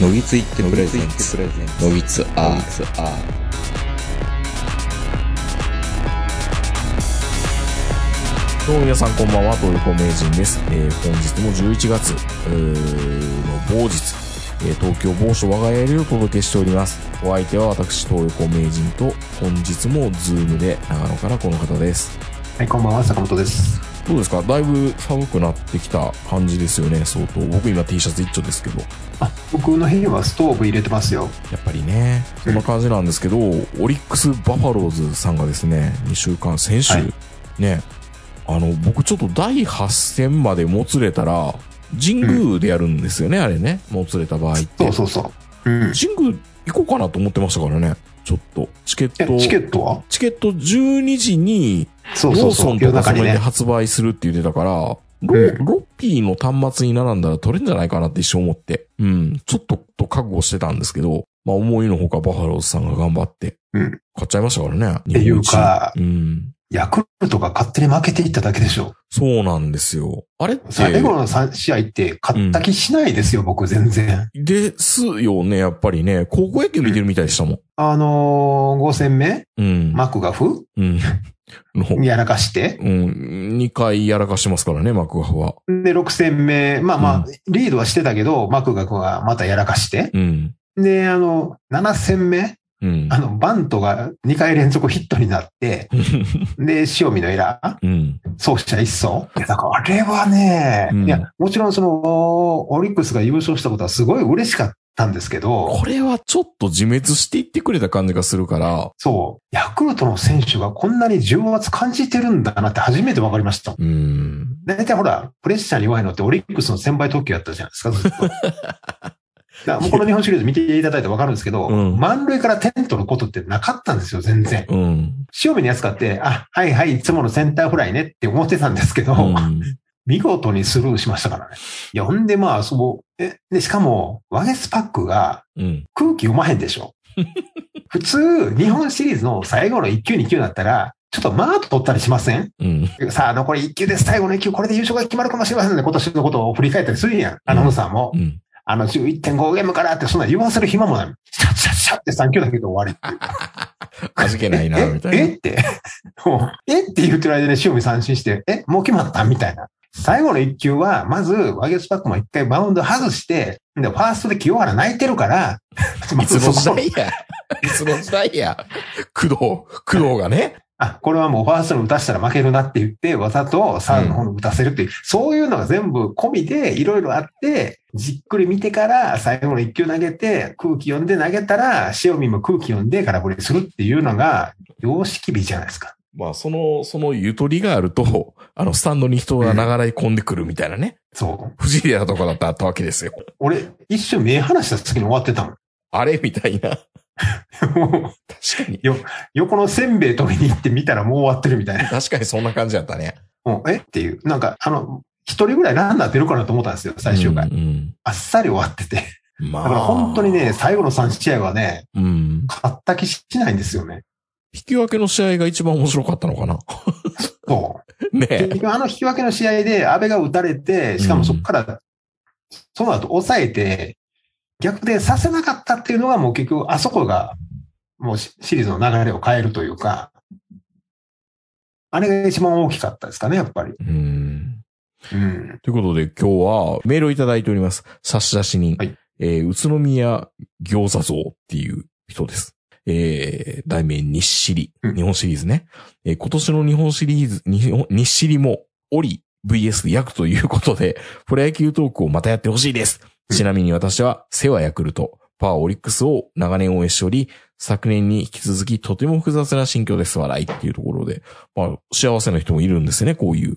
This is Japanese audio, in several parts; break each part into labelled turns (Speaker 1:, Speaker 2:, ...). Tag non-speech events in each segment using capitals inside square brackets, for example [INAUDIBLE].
Speaker 1: のぎついってプレゼンツのぎつアーツアー
Speaker 2: どうも皆さんこんばんは、東横名人です。えー本日も11月、えーの某日、えー東京某所我が家よりお届けしております。お相手は私、東横名人と、本日もズームで長野からこの方です。
Speaker 3: はい、こんばんは、坂本です。
Speaker 2: どうですかだいぶ寒くなってきた感じですよね、相当。僕今 T シャツ一丁ですけど。
Speaker 3: あ、僕の部屋はストーブ入れてますよ。
Speaker 2: やっぱりね、そんな感じなんですけど、オリックス・バファローズさんがですね、2週間、先週、
Speaker 3: はい
Speaker 2: ね、あの、僕ちょっと第8戦までもつれたら、神宮でやるんですよね、あれね。もつれた場合って。
Speaker 3: そうそうそう。うん。
Speaker 2: 神宮行こうかなと思ってましたからね、ちょっと。チケッ
Speaker 3: え、
Speaker 2: ト、
Speaker 3: チケットは
Speaker 2: チケット12時に、
Speaker 3: そ
Speaker 2: ロ
Speaker 3: うそ
Speaker 2: ー
Speaker 3: うそ
Speaker 2: ソン
Speaker 3: う。夜
Speaker 2: とか
Speaker 3: 中
Speaker 2: そ
Speaker 3: に
Speaker 2: れで
Speaker 3: ね。
Speaker 2: 発売するって言ってたから、ロ
Speaker 3: うん
Speaker 2: ロッピーの端末に並んだら取れるんじゃないかなって一瞬思って、うん、ちょっとと覚悟してたんですけど、まあ思いのほかバファローズさんが頑張って、
Speaker 3: うん
Speaker 2: 買っちゃいましたからね。
Speaker 3: っていうか
Speaker 2: 日本一。うん。
Speaker 3: ヤクルトが勝手に負けていっただけでしょ。
Speaker 2: そうなんですよ。あれって、
Speaker 3: 最後の3試合って勝った気しないですよ、僕全然。
Speaker 2: ですよね、やっぱりね。高校野球見てるみたいでしたもん。
Speaker 3: あのー、5戦目、
Speaker 2: うん。
Speaker 3: マクガフ
Speaker 2: うん。 [LAUGHS] の
Speaker 3: にやらかして、
Speaker 2: うん、2回やらかしてますからね、マクガフは。
Speaker 3: で、6戦目、まあまあ、リードはしてたけど、マクガフがまたやらかして、
Speaker 2: うん。
Speaker 3: で、あの、7戦目、
Speaker 2: うん
Speaker 3: あ。の、バントが2回連続ヒットに
Speaker 2: [LAUGHS]
Speaker 3: なって、で、塩見のエラー、
Speaker 2: うん。
Speaker 3: そうした一層。いや、だからあれはね、
Speaker 2: うん
Speaker 3: いや、もちろんその、オリックスが優勝したことはすごい嬉しかったんですけど、
Speaker 2: これはちょっと自滅していってくれた感じがするから、
Speaker 3: そう、ヤクルトの選手がこんなに重圧感じてるんだなって初めて分かりました。
Speaker 2: うん。
Speaker 3: 大体ほら、プレッシャーに弱いのってオリックスの先輩特急やったじゃないですか、ずっ
Speaker 2: [LAUGHS]
Speaker 3: と。だからもうこの日本シリーズ見ていただいて分かるんですけど、
Speaker 2: うん
Speaker 3: 満塁から点取ることってなかったんですよ、全然。
Speaker 2: うん。
Speaker 3: 塩見のやつ買って、あ、はいはい、いつものセンターフライねって思ってたんですけど、
Speaker 2: うん
Speaker 3: 見事にスルーしましたからね。いや、ほんでまあ、そう、え、で、しかも、ワゲスパックが
Speaker 2: うん。
Speaker 3: 空気読まへんでしょ。普通、日本シリーズの最後の1球2球だったら、ちょっとマート取ったりしません
Speaker 2: うん。
Speaker 3: さあ、残り1球です。最後の1球、これで優勝が決まるかもしれませんね。今年のことを振り返ったりするやん。アナウンサーも。
Speaker 2: うん。
Speaker 3: あの、11.5ゲームからって、そんな言わせる暇もない。シャッシャッシャッって3球だけで終わり。
Speaker 2: 味気ないな、みた
Speaker 3: え
Speaker 2: い
Speaker 3: えって。 [LAUGHS] もうえって言ってる間に塩見三振して、えもう決まったみたいな。最後の一球は、まず、ワゲスパックも一回バウンド外して、で、ファーストで清原泣いて
Speaker 2: [LAUGHS]
Speaker 3: るから、
Speaker 2: な。
Speaker 3: ま
Speaker 2: いつ
Speaker 3: ず
Speaker 2: の
Speaker 3: そ
Speaker 2: 時
Speaker 3: こ
Speaker 2: 代や。いつの時代や。工藤、工藤がね。
Speaker 3: あ、これはもうファーストに打たせたら負けるなって言って、わざとサードの方に打たせるっていう、そういうのが全部込みでいろいろあって、じっくり見てから最後の一球投げて、空気読んで投げたら、塩見も空気読んで空振りするっていうのが、様式美じゃないですか。
Speaker 2: まあ、その、そのゆとりがあると、あの、スタンドに人が流れ込んでくるみたいなね。
Speaker 3: そう。
Speaker 2: 不思議なとこだったあったわけですよ。
Speaker 3: 俺、一瞬目離した時に終わってたもん。
Speaker 2: あれみたいな。 [LAUGHS]
Speaker 3: もう
Speaker 2: 確かに。
Speaker 3: 横のせんべい取りに行ってみたらもう終わってるみたいな。
Speaker 2: 確かにそんな感じだったね。
Speaker 3: もうえっていう。なんか、あの、一人ぐらいランナー出るかなと思ったんですよ、最終回。
Speaker 2: うん。
Speaker 3: あっさり終わってて。
Speaker 2: うんま
Speaker 3: だ
Speaker 2: あ。
Speaker 3: から本当にね、、最後の3試合はね、
Speaker 2: うん。
Speaker 3: 勝った気しないんですよね。
Speaker 2: 引き分けの試合が一番面白かったのかな
Speaker 3: そう。
Speaker 2: ね
Speaker 3: 結
Speaker 2: え。
Speaker 3: 局あの引き分けの試合で安倍が打たれて、しかもそこから、その後抑えて、逆転させなかったっていうのがもう結局あそこが、もうシリーズの流れを変えるというか、あれが一番大きかったですかね、やっぱり。
Speaker 2: うん。
Speaker 3: うん。
Speaker 2: ということで今日はメールをいただいております。差出人。
Speaker 3: はい
Speaker 2: えー宇都宮餃子像っていう人です。えー、題名日シリ
Speaker 3: う。ん
Speaker 2: 日本シリーズね。えー今年の日本シリーズ、日本日シリも、オリ VS ヤクということで、プロ野球トークをまたやってほしいです。
Speaker 3: うん
Speaker 2: ちなみに私は、セワヤクルト、パワーオリックスを長年応援しており、昨年に引き続きとても複雑な心境です。笑いっていうところで、まあ、幸せな人もいるんですね、こういう。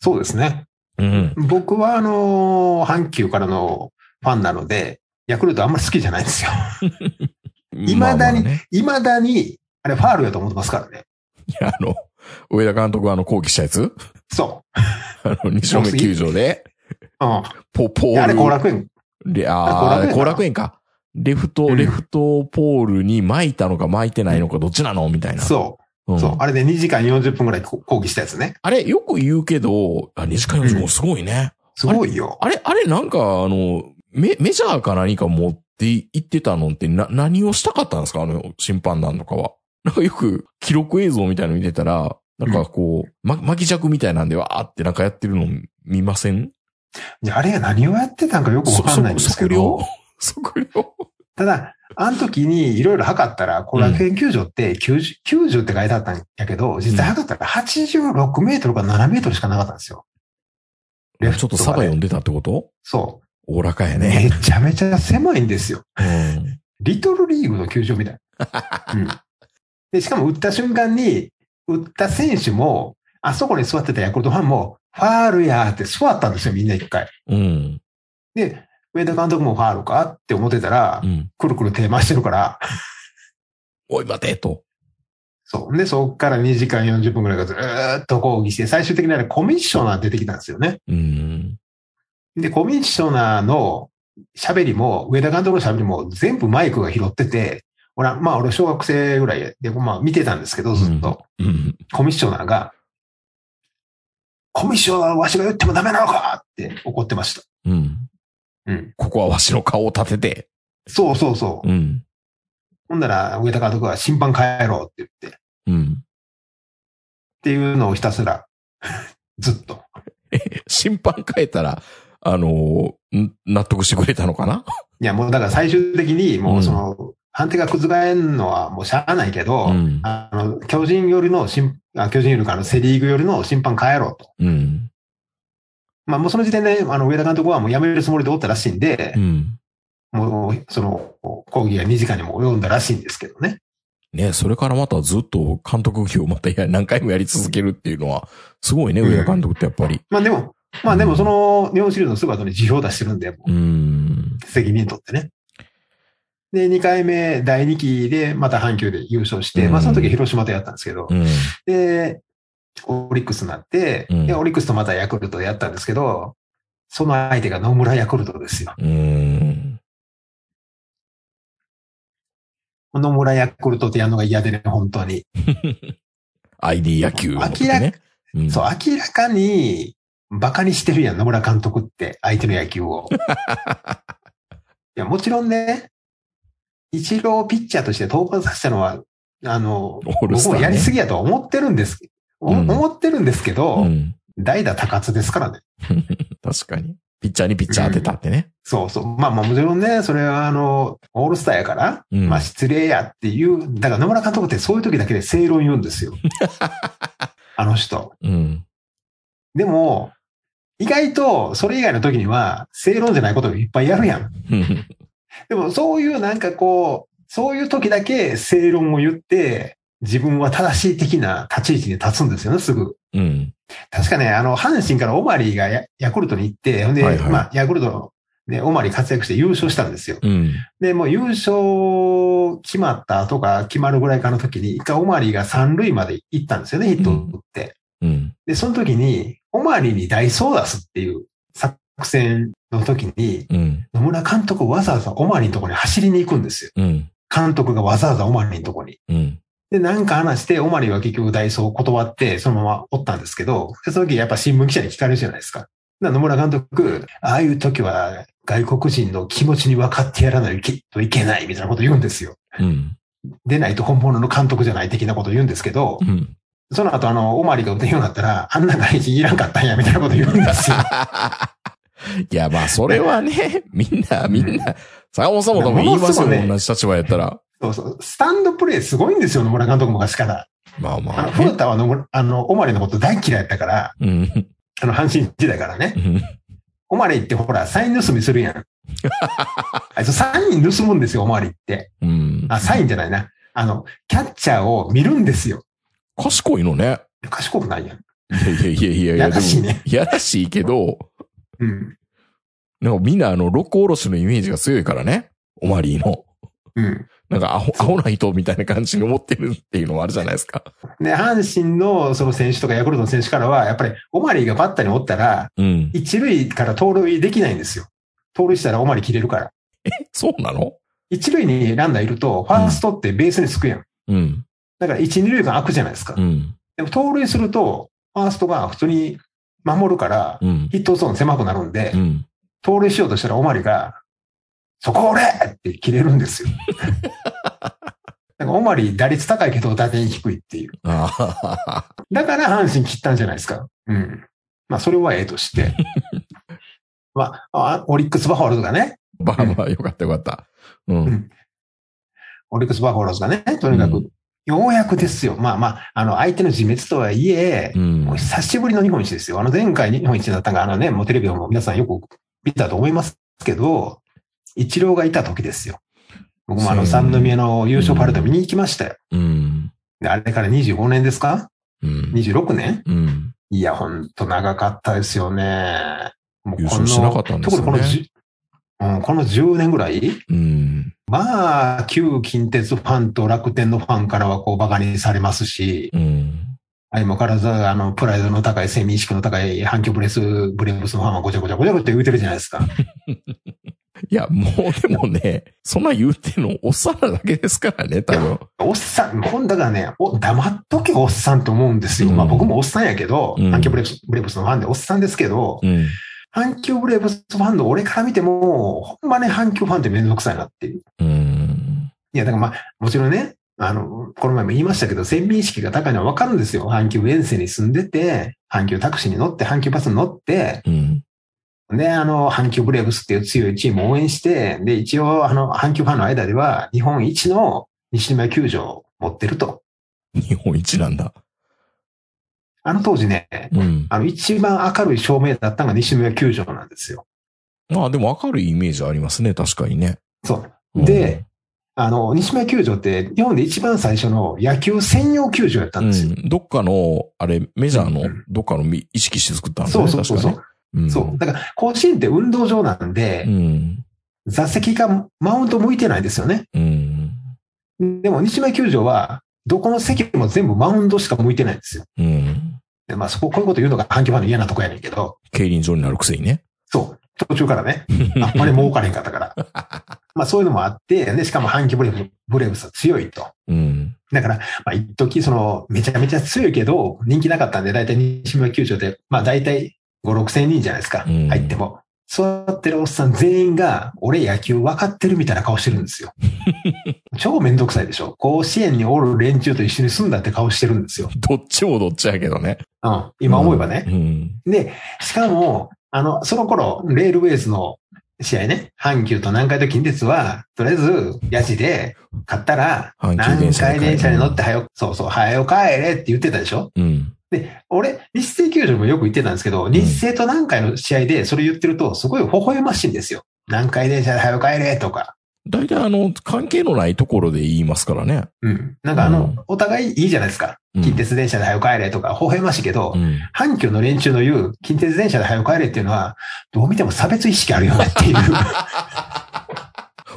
Speaker 3: そうですね。
Speaker 2: うん。
Speaker 3: 僕はあのー阪急からのファンなので、ヤクルトあんまり好きじゃないんですよ。 [LAUGHS] 未だに
Speaker 2: まあまあね
Speaker 3: 未だに、あれファールやと思ってますからね。
Speaker 2: いや、あの、上田監督があの、抗議したやつ [LAUGHS]
Speaker 3: そ
Speaker 2: あの、西目球場で、
Speaker 3: う。うん。
Speaker 2: ポ、ポール。
Speaker 3: あれ後楽園
Speaker 2: レあー
Speaker 3: 後楽園か
Speaker 2: 後楽園か。レフト、
Speaker 3: うん
Speaker 2: レフトポールに巻いたのか巻いてないのかどっちなのみたいな。
Speaker 3: そうう。
Speaker 2: ん
Speaker 3: そう。あれで2時間40分ぐらいこ抗議したやつね。
Speaker 2: あれ、よく言うけど、あ、西海洋もすごいね。
Speaker 3: すごいよ。
Speaker 2: あれ、あれなんか、あの、メ、メジャーか何か持っって言ってたのってな、何をしたかったんですかあの審判団とかは。なんかよく記録映像みたいの見てたら、なんかこう、ま、巻き尺みたいなんでわーってなんかやってるの見ません
Speaker 3: いやあれが何をやってたんかよくわかんないんですけ
Speaker 2: 測量。
Speaker 3: ど
Speaker 2: 測量 [LAUGHS]
Speaker 3: ただ、あの時にいろいろ測ったら、後楽園球場って90、90って書いてあったんやけど、実際測ったら86メートルか7メートルしかなかったんですよ。レフ
Speaker 2: ちょ
Speaker 3: ト
Speaker 2: っと
Speaker 3: とか
Speaker 2: サバ
Speaker 3: ね
Speaker 2: 読んでたってこと
Speaker 3: そ
Speaker 2: おおらかや
Speaker 3: う。
Speaker 2: ね
Speaker 3: め。ちゃめちゃ狭いんですよ。
Speaker 2: うん。
Speaker 3: リトルリーグの球場みたい。うん、で、しかも打った瞬間に、打った選手も、あそこに座ってたヤクルトファンも、ファールやーって座ったんですよ、みんな一回。
Speaker 2: うん。
Speaker 3: で、上田監督もファールかって思ってたら
Speaker 2: う、ん。
Speaker 3: くるくる手回してるから、
Speaker 2: おい、待てと。
Speaker 3: そう。で、そこから2時間40分くらいがずーっと抗議して、最終的にあれコミッショナー出てきたんですよね。
Speaker 2: うん。
Speaker 3: で、コミッショナーの喋りも、上田監督の喋りも全部マイクが拾ってて、俺は、まあ俺小学生ぐらいで、まあ見てたんですけど、ずっと。
Speaker 2: うん。
Speaker 3: コミッショナーが、コミッショナーはわしが言ってもダメなのかって怒ってました。
Speaker 2: うん。
Speaker 3: うん。
Speaker 2: ここはわしの顔を立てて。
Speaker 3: そうそうそう。
Speaker 2: うん。
Speaker 3: ほんなら、上田監督は審判変えろって言って、っ
Speaker 2: うん。
Speaker 3: ていうのをひたすら、 [LAUGHS] ずっと。
Speaker 2: 審判変えたら、あのーん納得してくれたのかない
Speaker 3: や、もうだから最終的に、
Speaker 2: う
Speaker 3: も
Speaker 2: ん
Speaker 3: うその、判定が覆んのはもうしゃあないけど、
Speaker 2: うん。
Speaker 3: あの、巨人寄りの審、あ巨人寄りかあのセリーグ寄りの審判変えろと。
Speaker 2: うん。
Speaker 3: まあもうその時点で、あの、上田監督はもう辞めるつもりでおったらしいんで
Speaker 2: う、ん。
Speaker 3: もう、その、講義が2時間にも及んだらしいんですけどね。
Speaker 2: ねそれからまたずっと監督業をまたや [LAUGHS] 何回もやり続けるっていうのは、すごいね、
Speaker 3: うん
Speaker 2: 上田監督ってやっぱり。
Speaker 3: まあでも、まあでもその日本シリーズのすぐ後に辞表を出してるんで、もう
Speaker 2: うん。
Speaker 3: 責任取ってね。で、2回目、第2期で、また阪急で優勝して、
Speaker 2: うん
Speaker 3: まあその時広島とやったんですけど
Speaker 2: う、ん。
Speaker 3: で、オリックスになって、
Speaker 2: うん
Speaker 3: で、オリックスとまたヤクルトやったんですけど、その相手が野村ヤクルトですよ。
Speaker 2: うん。
Speaker 3: 野村ヤクルトってやるのが嫌でね、本当に。
Speaker 2: ID 野球の時
Speaker 3: 明ら
Speaker 2: ね
Speaker 3: か。
Speaker 2: うん
Speaker 3: そう、明らかに、バカにしてるやん、野村監督って、相手の野
Speaker 2: [LAUGHS]
Speaker 3: 球を。いや、もちろんね、一郎をピッチャーとして登板させたのは、あの、
Speaker 2: オールスター
Speaker 3: 僕
Speaker 2: ね
Speaker 3: もやりすぎやとは思ってるんです、お
Speaker 2: うん
Speaker 3: 思ってるんですけど、
Speaker 2: うん。 [LAUGHS]
Speaker 3: 代打高津ですからね。
Speaker 2: 確かに。ピッチャーにピッチャー当てたってね。
Speaker 3: そうそう。まあまあもちろんね、それはあの、オールスターやから、
Speaker 2: うん
Speaker 3: まあ失礼やっていう、だから野村監督ってそういう時だけで正論言う
Speaker 2: [LAUGHS]
Speaker 3: んですよ。あの人。
Speaker 2: うん。
Speaker 3: でも、意外とそれ以外の時には正論じゃないことをいっぱいやるやん。
Speaker 2: うん
Speaker 3: でもそういうなんかこう、そういう時だけ正論を言って、自分は正しい的な立ち位置に立つんですよね、すぐ。
Speaker 2: うん。
Speaker 3: 確かね、あの、阪神からオマリーがヤヤクルトに行って、ほんで、
Speaker 2: はいはい
Speaker 3: まあ、ヤクルトの、ね、オマリー活躍して優勝したんですよ。
Speaker 2: うん。
Speaker 3: で、もう優勝決まったとか、決まるぐらいかの時に、一回オマリーが三塁まで行ったんですよね、ヒットを打って。
Speaker 2: うん。
Speaker 3: で、その時に、オマリーにダイソー出すっていう作戦の時に、
Speaker 2: うん。
Speaker 3: 野村監督わざわざオマリーのところに走りに行くんですよ。
Speaker 2: うん。
Speaker 3: 監督がわざわざオマリーのところに。
Speaker 2: うん。
Speaker 3: で、なんか話して、オマリーは結局ダイソーを断って、そのままおったんですけど、でその時やっぱ新聞記者に聞かれるじゃないですか。だから野村監督、ああいう時は外国人の気持ちに分かってやらないといけないみたいなこと言うんですよ。
Speaker 2: うん。
Speaker 3: でないと本物の監督じゃない的なこと言うんですけど
Speaker 2: う、ん。
Speaker 3: その後あの、オマリーが打てんようになったら、あんな外人いらんかったんやみたいなこと言うんですよ。
Speaker 2: [LAUGHS] いや、まあ、それはね、みんな、みんな、坂本さんも多分言いますよ、
Speaker 3: ものすごいね
Speaker 2: 同じ立場やったら。
Speaker 3: そうそう。スタンドプレーすごいんですよ、野村監督昔から。
Speaker 2: まあま
Speaker 3: あ
Speaker 2: あ
Speaker 3: の、
Speaker 2: ね。
Speaker 3: 古田は野村、あの、オマリーのこと大嫌いだったから、
Speaker 2: うん。
Speaker 3: あの、阪神時代からね
Speaker 2: う。ん
Speaker 3: オマリーってほら、サイン盗みするやん。あいつサイン盗むんですよ、オマリーって。
Speaker 2: うん。
Speaker 3: あ、サインじゃないな。あの、キャッチャーを見るんですよ。
Speaker 2: 賢いのね。
Speaker 3: 賢くないやん。
Speaker 2: いやいやいやいやいや、
Speaker 3: や
Speaker 2: で
Speaker 3: ら
Speaker 2: も、
Speaker 3: しいね。
Speaker 2: やらしいけど、
Speaker 3: うん。
Speaker 2: なんかみんなあの、六甲おろしのイメージが強いからね。オマリーの。
Speaker 3: うん。
Speaker 2: なんかアホ、アホな人みたいな感じに思ってるっていうのもあるじゃないですか。
Speaker 3: で、阪神のその選手とかヤクルトの選手からは、やっぱりオマリーがバッターにおったら、
Speaker 2: うん。
Speaker 3: 一塁から盗塁できないんですよ。盗塁したらオマリー切れるから。
Speaker 2: そうなの
Speaker 3: 一塁にランナーいると、ファーストってベースにつくやん。
Speaker 2: うん。
Speaker 3: だから一、二塁間空くじゃないですか
Speaker 2: う。ん。
Speaker 3: でも盗塁すると、ファーストが普通に守るから、
Speaker 2: うん。
Speaker 3: ヒットゾーン狭くなるんで
Speaker 2: う、ん。
Speaker 3: 盗塁しようとしたらオマリが、そこ俺って切れる
Speaker 2: [LAUGHS]
Speaker 3: んですよ。なんかオマリー打率高いけど打点低いっていう。
Speaker 2: ああ、
Speaker 3: だから阪神切ったんじゃないですか。うん。まあそれはええと
Speaker 2: [LAUGHS]
Speaker 3: して。まあ、あオリックス・バファローズがね、
Speaker 2: まあまあ、よかったよかった。うん。
Speaker 3: オリックス・バファローズがね、とにか
Speaker 2: う
Speaker 3: く、ようやくですよ。まあまあ、あの、相手の自滅とはいえ
Speaker 2: う、ん
Speaker 3: もう。久しぶりの日本一ですよ。あの、前回日本一だったのが、あのね、もうテレビでも皆さんよく見たと思いますけど、一郎がいた時ですよ。僕もあの、
Speaker 2: そう
Speaker 3: 三宮の優勝パレード見に行きましたよ。
Speaker 2: うん。
Speaker 3: であれから25年ですか
Speaker 2: うん。
Speaker 3: ?26 年
Speaker 2: うん。
Speaker 3: いや、ほんと長かったですよね。も
Speaker 2: 優勝してなかったんですよね
Speaker 3: 特にこのじうん、この10年ぐらい
Speaker 2: うん。
Speaker 3: まあ、旧近鉄ファンと楽天のファンからはこう馬鹿にされますし、
Speaker 2: うん。
Speaker 3: 相も変わらず、あの、プライドの高い、セミ意識の高い、反響ブレス、ブレーブスのファンはごちゃごちゃごちゃごちゃ言うてるじゃないですか。
Speaker 2: いや、もうでもね、そんな言うてんの、おっさんらだけですからね、多分。
Speaker 3: おっさん、ほんだからね、お、黙っとけおっさんと思うんですよ。まあ
Speaker 2: うん
Speaker 3: 僕もおっさんやけど、
Speaker 2: うん
Speaker 3: 反響ブレーブス、ブレーブスのファンでおっさんですけど、
Speaker 2: うん。
Speaker 3: 反響ブレーブスファンの俺から見ても、ほんまね、反響ファンってめんどくさいなっていう。
Speaker 2: うん。
Speaker 3: いや、だからまあ、もちろんね、あの、この前も言いましたけど、先民意識が高いのはわかるんですよ。阪急沿線に住んでて、阪急タクシーに乗って、阪急バスに乗って、
Speaker 2: うん。
Speaker 3: で、あの、阪急ブレーブスっていう強いチームを応援して、で、一応、あの、阪急ファンの間では、日本一の西島球場を持ってると。
Speaker 2: 日本一なんだ。
Speaker 3: あの当時ね、
Speaker 2: うん。
Speaker 3: あの、一番明るい照明だったのが西宮球場なんですよ。
Speaker 2: まあでも明るいイメージありますね、確かにね。
Speaker 3: そう。
Speaker 2: うん
Speaker 3: で、あの、西宮球場って、日本で一番最初の野球専用球場やった
Speaker 2: うん
Speaker 3: ですよ。
Speaker 2: ん。どっかの、あれ、メジャーの
Speaker 3: うん、
Speaker 2: どっかのみ意識して作ったんだ
Speaker 3: そ
Speaker 2: ね、
Speaker 3: うそう
Speaker 2: 確か
Speaker 3: そう
Speaker 2: に
Speaker 3: そう
Speaker 2: ね。。うん
Speaker 3: そう。だから、甲子園って運動場なんで、
Speaker 2: うん。
Speaker 3: 座席がマウント向いてないですよね。
Speaker 2: うん。
Speaker 3: でも、西前球場は、どこの席も全部マウンドしか向いてないんですよ。
Speaker 2: うん。
Speaker 3: でまあ、そこ、こういうこと言うのが阪急ファンの嫌なとこやねんけど、
Speaker 2: 競輪場になるくせにね。
Speaker 3: そう。途中から
Speaker 2: [LAUGHS]
Speaker 3: ね、あんまり儲かれへんかったから。まあ、そういうのもあって、で、しかも阪急ブレーブ、ブレーブスは強いと。
Speaker 2: うん。
Speaker 3: だから、まあ、一時その、めちゃめちゃ強いけど、人気なかったんで、だいたい西村球場で、まあ、だいたい5、6千人じゃないですか。
Speaker 2: うん
Speaker 3: 入っても。座ってるおっさん全員が、俺野球分かってるみたいな顔してる
Speaker 2: [LAUGHS]
Speaker 3: んですよ。超めんどくさいでしょ。甲子園におる連中と一緒に住んだって顔してるんですよ。
Speaker 2: どっちもどっちやけどね。
Speaker 3: うん。今思えばね。
Speaker 2: うん。
Speaker 3: で、しかも、あの、その頃、レールウェイズの試合ね、阪急と南海と近鉄は、とりあえず、ヤジで、買ったら、
Speaker 2: 阪急
Speaker 3: 南
Speaker 2: 電車
Speaker 3: 海電車に乗って、
Speaker 2: た。
Speaker 3: はよ、そうそう、はよ帰れって言ってたでしょ
Speaker 2: うん。
Speaker 3: で、俺、日清球場もよく言ってたんですけど、日清と南海の試合でそれ言ってると、すごい微笑ましいんですよ。南海電車で早く帰れとか。
Speaker 2: 大体あの、関係のないところで言いますからね。
Speaker 3: うん。なんかあの、
Speaker 2: うん
Speaker 3: お互いいいじゃないですか。
Speaker 2: うん
Speaker 3: 近鉄電車で早く帰れとか、微笑ましいけど、
Speaker 2: うん。
Speaker 3: 阪急の連中の言う、近鉄電車で早く帰れっていうのは、どう見ても差別意識あるよねっていう。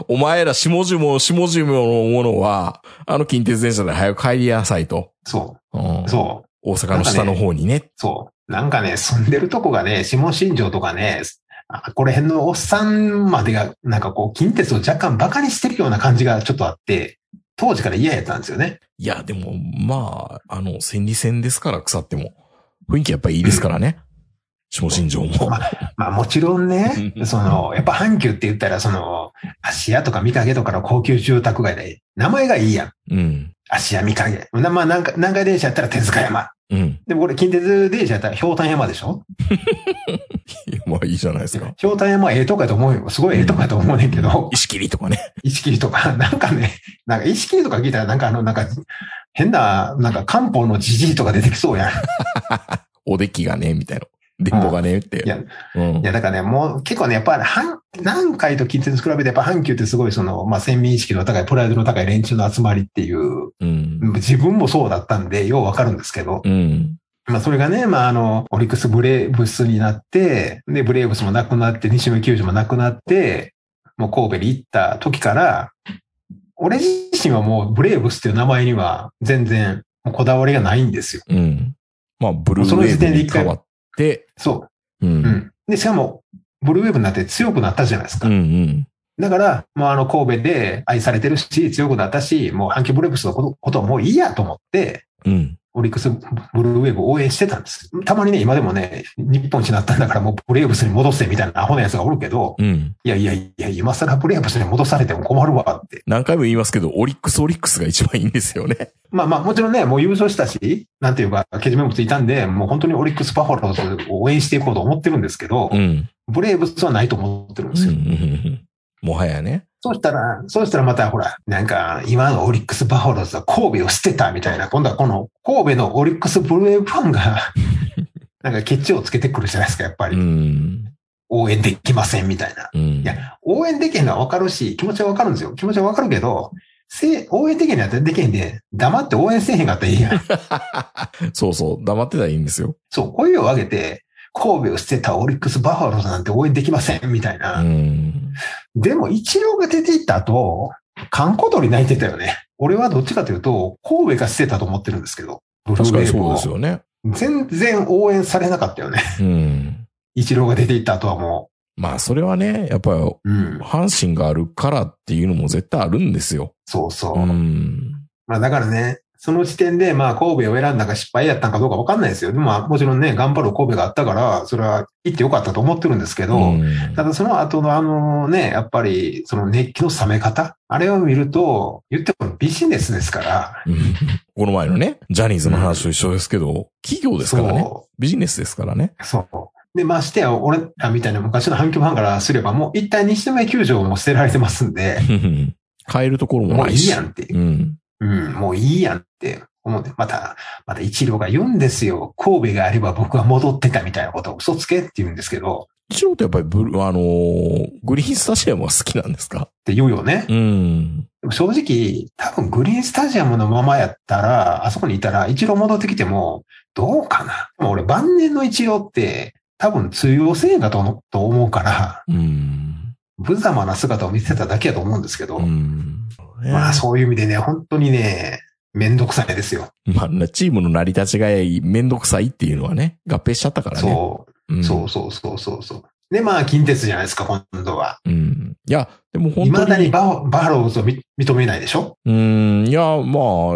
Speaker 2: お前ら下々下々のものは、あの近鉄電車で早く帰りなさいと。
Speaker 3: そ
Speaker 2: うん
Speaker 3: う、そう、
Speaker 2: 大阪の下の方にね。
Speaker 3: そう。なんかね、住んでるとこがね、下新庄とかね、あこれ辺のおっさんまでが、なんかこう、近鉄を若干馬鹿にしてるような感じがちょっとあって、当時から嫌やったんですよね。
Speaker 2: いや、でも、まあ、あの、千里線ですから、腐っても。雰囲気やっぱいいですからね。下新城も。
Speaker 3: まあもちろんね
Speaker 2: う、ん
Speaker 3: その、やっぱ阪急って言ったら、その、芦屋とか三影とかの高級住宅街で、名前がいいやん。
Speaker 2: うん。南
Speaker 3: 芦屋三影。なまあ南海、南海電車やったら手塚山。
Speaker 2: うん。 [LAUGHS]
Speaker 3: でもこれ近鉄電車やったら氷炭山でしょ
Speaker 2: いやまあいいじゃないですか。
Speaker 3: 氷炭山はええとこやと思うよ。すごいええとこやと思うねんけど、
Speaker 2: 石切りとかね。
Speaker 3: 石切りとか、 [LAUGHS] なんかね、なんか石切りとか聞いたら、なんかあの、なんか、変な、なんか漢方のじじいとか出てきそうやん。
Speaker 2: おできがね、みたいな。でっぽがね、って。
Speaker 3: いや
Speaker 2: うん
Speaker 3: いや、だからね、もう結構ね、やっぱり、阪南海と近鉄に比べて、やっぱ阪急ってすごい、その、まあ、先民意識の高い、プライドの高い連中の集まりっていう
Speaker 2: うん。
Speaker 3: 自分もそうだったんで、ようわかるんですけど、
Speaker 2: うん。
Speaker 3: まあそれがね、まああの、オリックスブレーブスになって、で、ブレーブスもなくなって、西村球場もなくなって、もう神戸に行った時から、俺自身はもうブレーブスっていう名前には全然もうこだわりがないんですよ。
Speaker 2: うん。まあ、ブルー
Speaker 3: そ
Speaker 2: ウ
Speaker 3: の
Speaker 2: ェー
Speaker 3: 時
Speaker 2: ブ
Speaker 3: 点で
Speaker 2: に
Speaker 3: 一回
Speaker 2: 変わって、
Speaker 3: そうう。
Speaker 2: ん。
Speaker 3: う
Speaker 2: うん
Speaker 3: ん。で、しかも、ブルーウェーブになって強くなったじゃないです
Speaker 2: う
Speaker 3: か。
Speaker 2: ん。
Speaker 3: だから、もうあの神戸で愛されてるし、強くなったし、もう阪急ブレーブスのことことはもういいやと思って、
Speaker 2: うん。
Speaker 3: オリックスブルーウェーブを応援してたんです。たまにね、今でもね、日本一になったんだからもうブレーブスに戻せみたいなアホなやつがおるけど、
Speaker 2: うん。
Speaker 3: いやいやいや、今更ブレーブスに戻されても困るわって。
Speaker 2: 何回も言いますけど、オリックスオリックスが一番いいんですよね。
Speaker 3: まあまあ、もちろんね、もう優勝したし、なんていうか、けじめもついたんで、もう本当にオリックスパファローズを応援していこうと思ってるんですけど、
Speaker 2: ん。
Speaker 3: ブレーブスはないと思ってるん
Speaker 2: う
Speaker 3: で
Speaker 2: ん
Speaker 3: す
Speaker 2: うん
Speaker 3: よ。
Speaker 2: うんうんもはやね。
Speaker 3: そうしたら、そうしたらまたほら、なんか、今のオリックスバファローズは神戸を捨てたみたいな、今度はこの神戸のオリックスブルーエブファンが、なんかケチをつけてくるじゃないですか、やっぱ
Speaker 2: う
Speaker 3: り。
Speaker 2: ん。
Speaker 3: 応援できませんみたいな。
Speaker 2: うん。
Speaker 3: や応援できへんのはわかるし、気持ちはわかるんですよ。気持ちはわかるけど、せい応援できへんのやったらできへんで、黙って応援せえへんかったらいいやん。
Speaker 2: そうそう。黙ってたらいいんですよ。
Speaker 3: そう、声を上げて、神戸を捨てたオリックスバファローズなんて応援できませんみたいうな。
Speaker 2: ん。
Speaker 3: でも、一郎が出て行った後、観光鳥泣いてたよね。俺はどっちかというと、神戸が捨てたと思ってるんですけど。ブル
Speaker 2: 確
Speaker 3: ー
Speaker 2: か
Speaker 3: ウェ
Speaker 2: に
Speaker 3: ーブ
Speaker 2: そう
Speaker 3: を
Speaker 2: ですよね。
Speaker 3: 全然応援されなかったよね。
Speaker 2: うん。
Speaker 3: 一郎が出て行った後はも
Speaker 2: まあ、それはね、やっぱり、
Speaker 3: う。うん。
Speaker 2: 阪神があるからっていうのも絶対あるんですよ。
Speaker 3: そうそうう。
Speaker 2: ん。
Speaker 3: まあだからね、その時点で、まあ神戸を選んだか失敗やったんかどうかわかんないですよ。でもまあもちろんね、頑張る神戸があったから、それは行ってよかったと思ってるんですけど、
Speaker 2: うん
Speaker 3: ただその後のあのね、やっぱりその熱気の冷め方、あれを見ると、言ってもビジネスですから、
Speaker 2: うん [LAUGHS] この前のね、ジャニーズの話と一緒ですけど、企業ですからね。
Speaker 3: そ
Speaker 2: ビジネスですからね。
Speaker 3: う。そう。で、ましてや、俺らみたいな昔の阪急ファンからすれば、もう一体西宮球場も捨てられてますんで、
Speaker 2: 変えるところも
Speaker 3: も
Speaker 2: な
Speaker 3: うい
Speaker 2: い
Speaker 3: い
Speaker 2: し。
Speaker 3: やんっていう
Speaker 2: う。ん。
Speaker 3: うん、もういいやんって思って、また、また一郎が言うんですよ。神戸があれば僕は戻ってたみたいなことを嘘つけって言うんですけど、
Speaker 2: 一郎ってやっぱりブル、あのーグリーンスタジアムが好きなんですか
Speaker 3: って言うよね。
Speaker 2: うん。
Speaker 3: でも正直、多分グリーンスタジアムのままやったら、あそこにいたら一郎戻ってきても、どうかな。でも俺晩年の一郎って、多分通用せえんだと思うと思うから、
Speaker 2: うん。
Speaker 3: 無様な姿を見せただけやと思うんですけど、
Speaker 2: うん。
Speaker 3: まあそういう意味でね、本当にね、めんどくさいですよ。
Speaker 2: まあね、チームの成り立ちがめんどくさいっていうのはね、合併しちゃったからね。
Speaker 3: そう。
Speaker 2: うん
Speaker 3: そうそうそうそうそう。で、まあ、近鉄じゃないですか、今度は。
Speaker 2: うん。いや、でも本
Speaker 3: 未
Speaker 2: 当
Speaker 3: だに
Speaker 2: に。
Speaker 3: ババローズを認認めないでしょ
Speaker 2: うん。いや、まあ、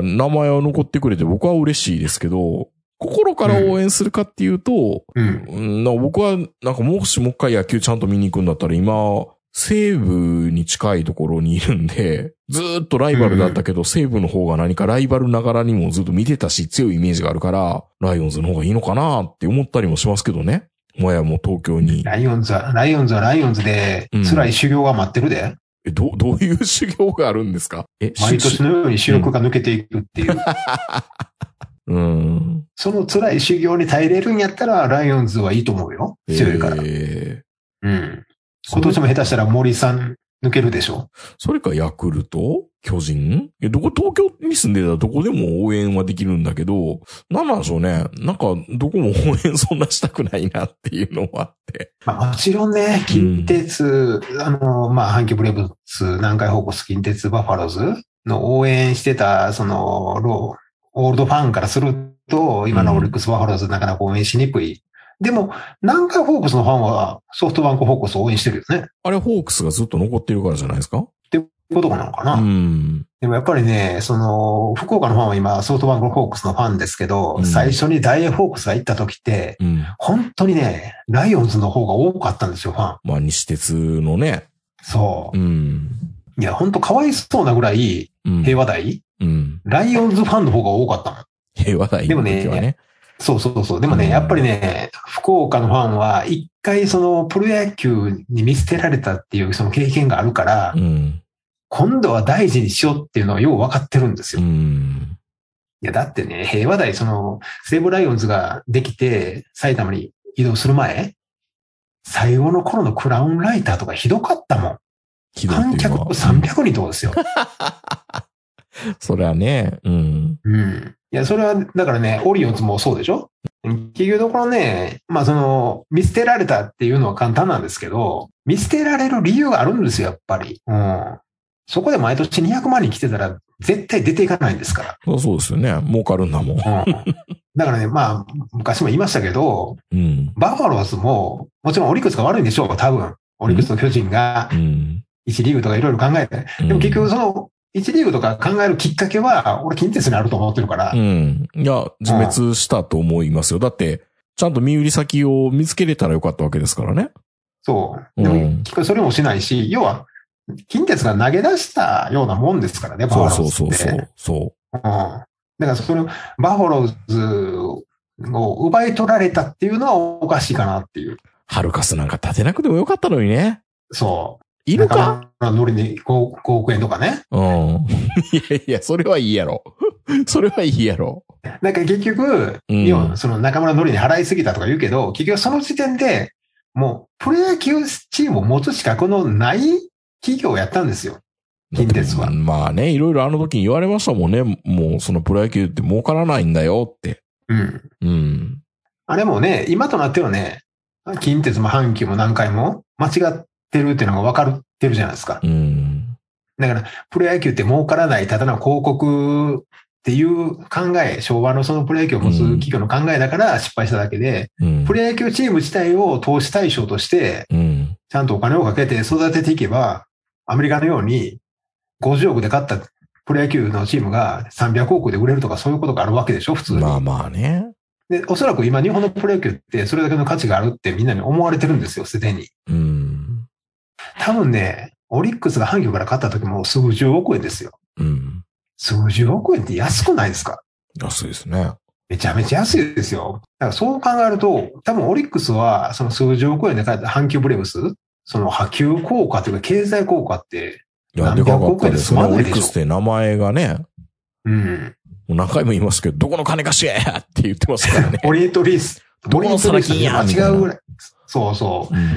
Speaker 2: 名前は残ってくれて僕は嬉しいですけど、心から応援するかっていうと、
Speaker 3: うん。
Speaker 2: うん、な僕は、なんかもしもう一回野球ちゃんと見に行くんだったら今、西部に近いところにいるんで、ずーっとライバルだったけど、西部の方が何かライバルながらにもずっと見てたし、強いイメージがあるから、ライオンズの方がいいのかなって思ったりもしますけどね。もはやもう東京に。
Speaker 3: ライオンズは、ライオンズはライオンズで
Speaker 2: うん、
Speaker 3: 辛い修行が待ってるで、
Speaker 2: え、ど、どういう修行があるんですかえ、
Speaker 3: 毎
Speaker 2: し
Speaker 3: 年のように主力が抜けていくって
Speaker 2: [LAUGHS]
Speaker 3: いう。
Speaker 2: うん。
Speaker 3: その辛い修行に耐えれるんやったら、ライオンズはいいと思うよ。強いから。
Speaker 2: えー
Speaker 3: うん。今年も下手したら森さん抜けるでしょ。
Speaker 2: それかヤクルト巨人え、どこ、東京に住んでたらどこでも応援はできるんだけど、なんなんでしょうね。なんか、どこも応援そんなしたくないなっていうのはあって。
Speaker 3: まあ、もちろんね、近鉄、あの、まあ、阪急ブレーブス、南海ホークス近鉄バファローズの応援してた、その、ロー、オールドファンからすると、今のオリックスバファローズなかなか応援しにくい。でも、南海ホークスのファンはソフトバンクホークスを応援してるよね。っ
Speaker 2: あれ、ホークスがずっと残ってるからじゃないですか
Speaker 3: てことなのかな、
Speaker 2: うん。
Speaker 3: でもやっぱりね、その、福岡のファンは今、ソフトバンクホークスのファンですけど、
Speaker 2: うん
Speaker 3: 最初にダイエーホークスが行った時って、
Speaker 2: うん。
Speaker 3: 本当にね、ライオンズの方が多かったんですよ、ファン。
Speaker 2: まあ、西鉄のね。
Speaker 3: そう
Speaker 2: う。ん。
Speaker 3: いや、ほんとかわいそうなぐらい、
Speaker 2: うん。
Speaker 3: 平和大、
Speaker 2: うん。
Speaker 3: ライオンズファンの方が多かったもん。
Speaker 2: 平和大の時は
Speaker 3: でも
Speaker 2: ね。
Speaker 3: そうそうそう。でもね、やっぱりね、福岡のファンは、一回そのプロ野球に見捨てられたっていうその経験があるから、
Speaker 2: うん。
Speaker 3: 今度は大事にしようっていうのはよう分かってるんです
Speaker 2: う
Speaker 3: よ。い
Speaker 2: ん。
Speaker 3: や、だってね、平和大、その、西武ライオンズができて、埼玉に移動する前、最後の頃のクラウンライターとかひどかったもん。
Speaker 2: ひどい
Speaker 3: 観
Speaker 2: っていう
Speaker 3: 客
Speaker 2: か
Speaker 3: 300人とかですよ。
Speaker 2: それはね、うん。
Speaker 3: うん。いや、それは、だからね、オリオンズもそうでしょ結局のところね、まあその、見捨てられたっていうのは簡単なんですけど、見捨てられる理由があるんですよ、やっぱり。うん。そこで毎年200万人来てたら、絶対出ていかないんですか
Speaker 2: そりゃそうですよね。儲かるんだもん。
Speaker 3: ら。うん。だからね、まあ、昔も言いましたけど、
Speaker 2: うん。
Speaker 3: バファローズも、もちろんオリックスが悪いんでしょう、多分。オリックスと巨人が
Speaker 2: う、ん。
Speaker 3: 1リーグとかいろいろ考えて。でも結局その、 1リーグとか考えるきっかけは、俺近鉄にあると思ってるから、
Speaker 2: うん。いや、自滅したと思いますよ。だって、ちゃんと身売り先を見つけれたらよかったわけですからね。
Speaker 3: そう。でも、
Speaker 2: うん
Speaker 3: 結局それもしないし、要は、近鉄が投げ出したようなもんですからね、バファ
Speaker 2: そう
Speaker 3: ローズ
Speaker 2: そう
Speaker 3: って
Speaker 2: そうそう。そ
Speaker 3: うん。だから、それを、バファローズを奪い取られたっていうのはおかしいかなっていう。
Speaker 2: う。ハルカスなんか立てなくてもよかったのにね。
Speaker 3: そ。
Speaker 2: いうるか
Speaker 3: 中村のりに 5, 5億円とかね。
Speaker 2: うん。いやいや、それはいいやろ。 [LAUGHS] それはいいやろ。
Speaker 3: なんか結局、
Speaker 2: うん
Speaker 3: 要はその中村のりに払いすぎたとか言うけど、結局その時点で、もうプロ野球チームを持つ資格のない企業をやったんですよ。近鉄は
Speaker 2: まあね、いろいろあの時に言われましたもんね。もうそのプロ野球って儲からないんだよって。
Speaker 3: うん。
Speaker 2: うん。
Speaker 3: あれもね、今となってはね、近鉄も阪急も何回も間違ってるっていうのが分かってるじゃないですか。
Speaker 2: うん。
Speaker 3: だから、プロ野球って儲からない、ただの広告っていう考え、昭和のそのプロ野球を持つ企業の考えだから失敗しただけで、
Speaker 2: うん
Speaker 3: プ。ロ野球チーム自体を投資対象として、
Speaker 2: うん。
Speaker 3: ちゃんとお金をかけて育てていけば、アメリカのように50億で勝ったプロ野球のチームが300億で売れるとかそういうことがあるわけでしょ、普通に。
Speaker 2: まあまあね。
Speaker 3: で、おそらく今日本のプロ野球ってそれだけの価値があるってみんなに思われてるんですよ、すでに。
Speaker 2: うん。
Speaker 3: 多分ね、オリックスが阪急から勝った時も数十億円ですよ。
Speaker 2: うん。
Speaker 3: 数十億円って安くないですか
Speaker 2: 安いですね。
Speaker 3: めちゃめちゃ安いですよ。だからそう考えると、多分オリックスはその数十億円で買った阪急ブレーブス、その波及効果というか経済効果って、
Speaker 2: いや、
Speaker 3: 何
Speaker 2: でかかっ
Speaker 3: 百
Speaker 2: た
Speaker 3: 億円
Speaker 2: で
Speaker 3: です済
Speaker 2: ね。
Speaker 3: まな
Speaker 2: オ
Speaker 3: いでし
Speaker 2: リ
Speaker 3: ょ
Speaker 2: ックスって名前がね、
Speaker 3: うん。
Speaker 2: もう何回も言いますけど、どこの金貸しやって言ってます
Speaker 3: [LAUGHS]
Speaker 2: からね。
Speaker 3: オリエントリース。
Speaker 2: どこのサラ金や
Speaker 3: オリエントリースと間違うぐらい。そうそう。
Speaker 2: うん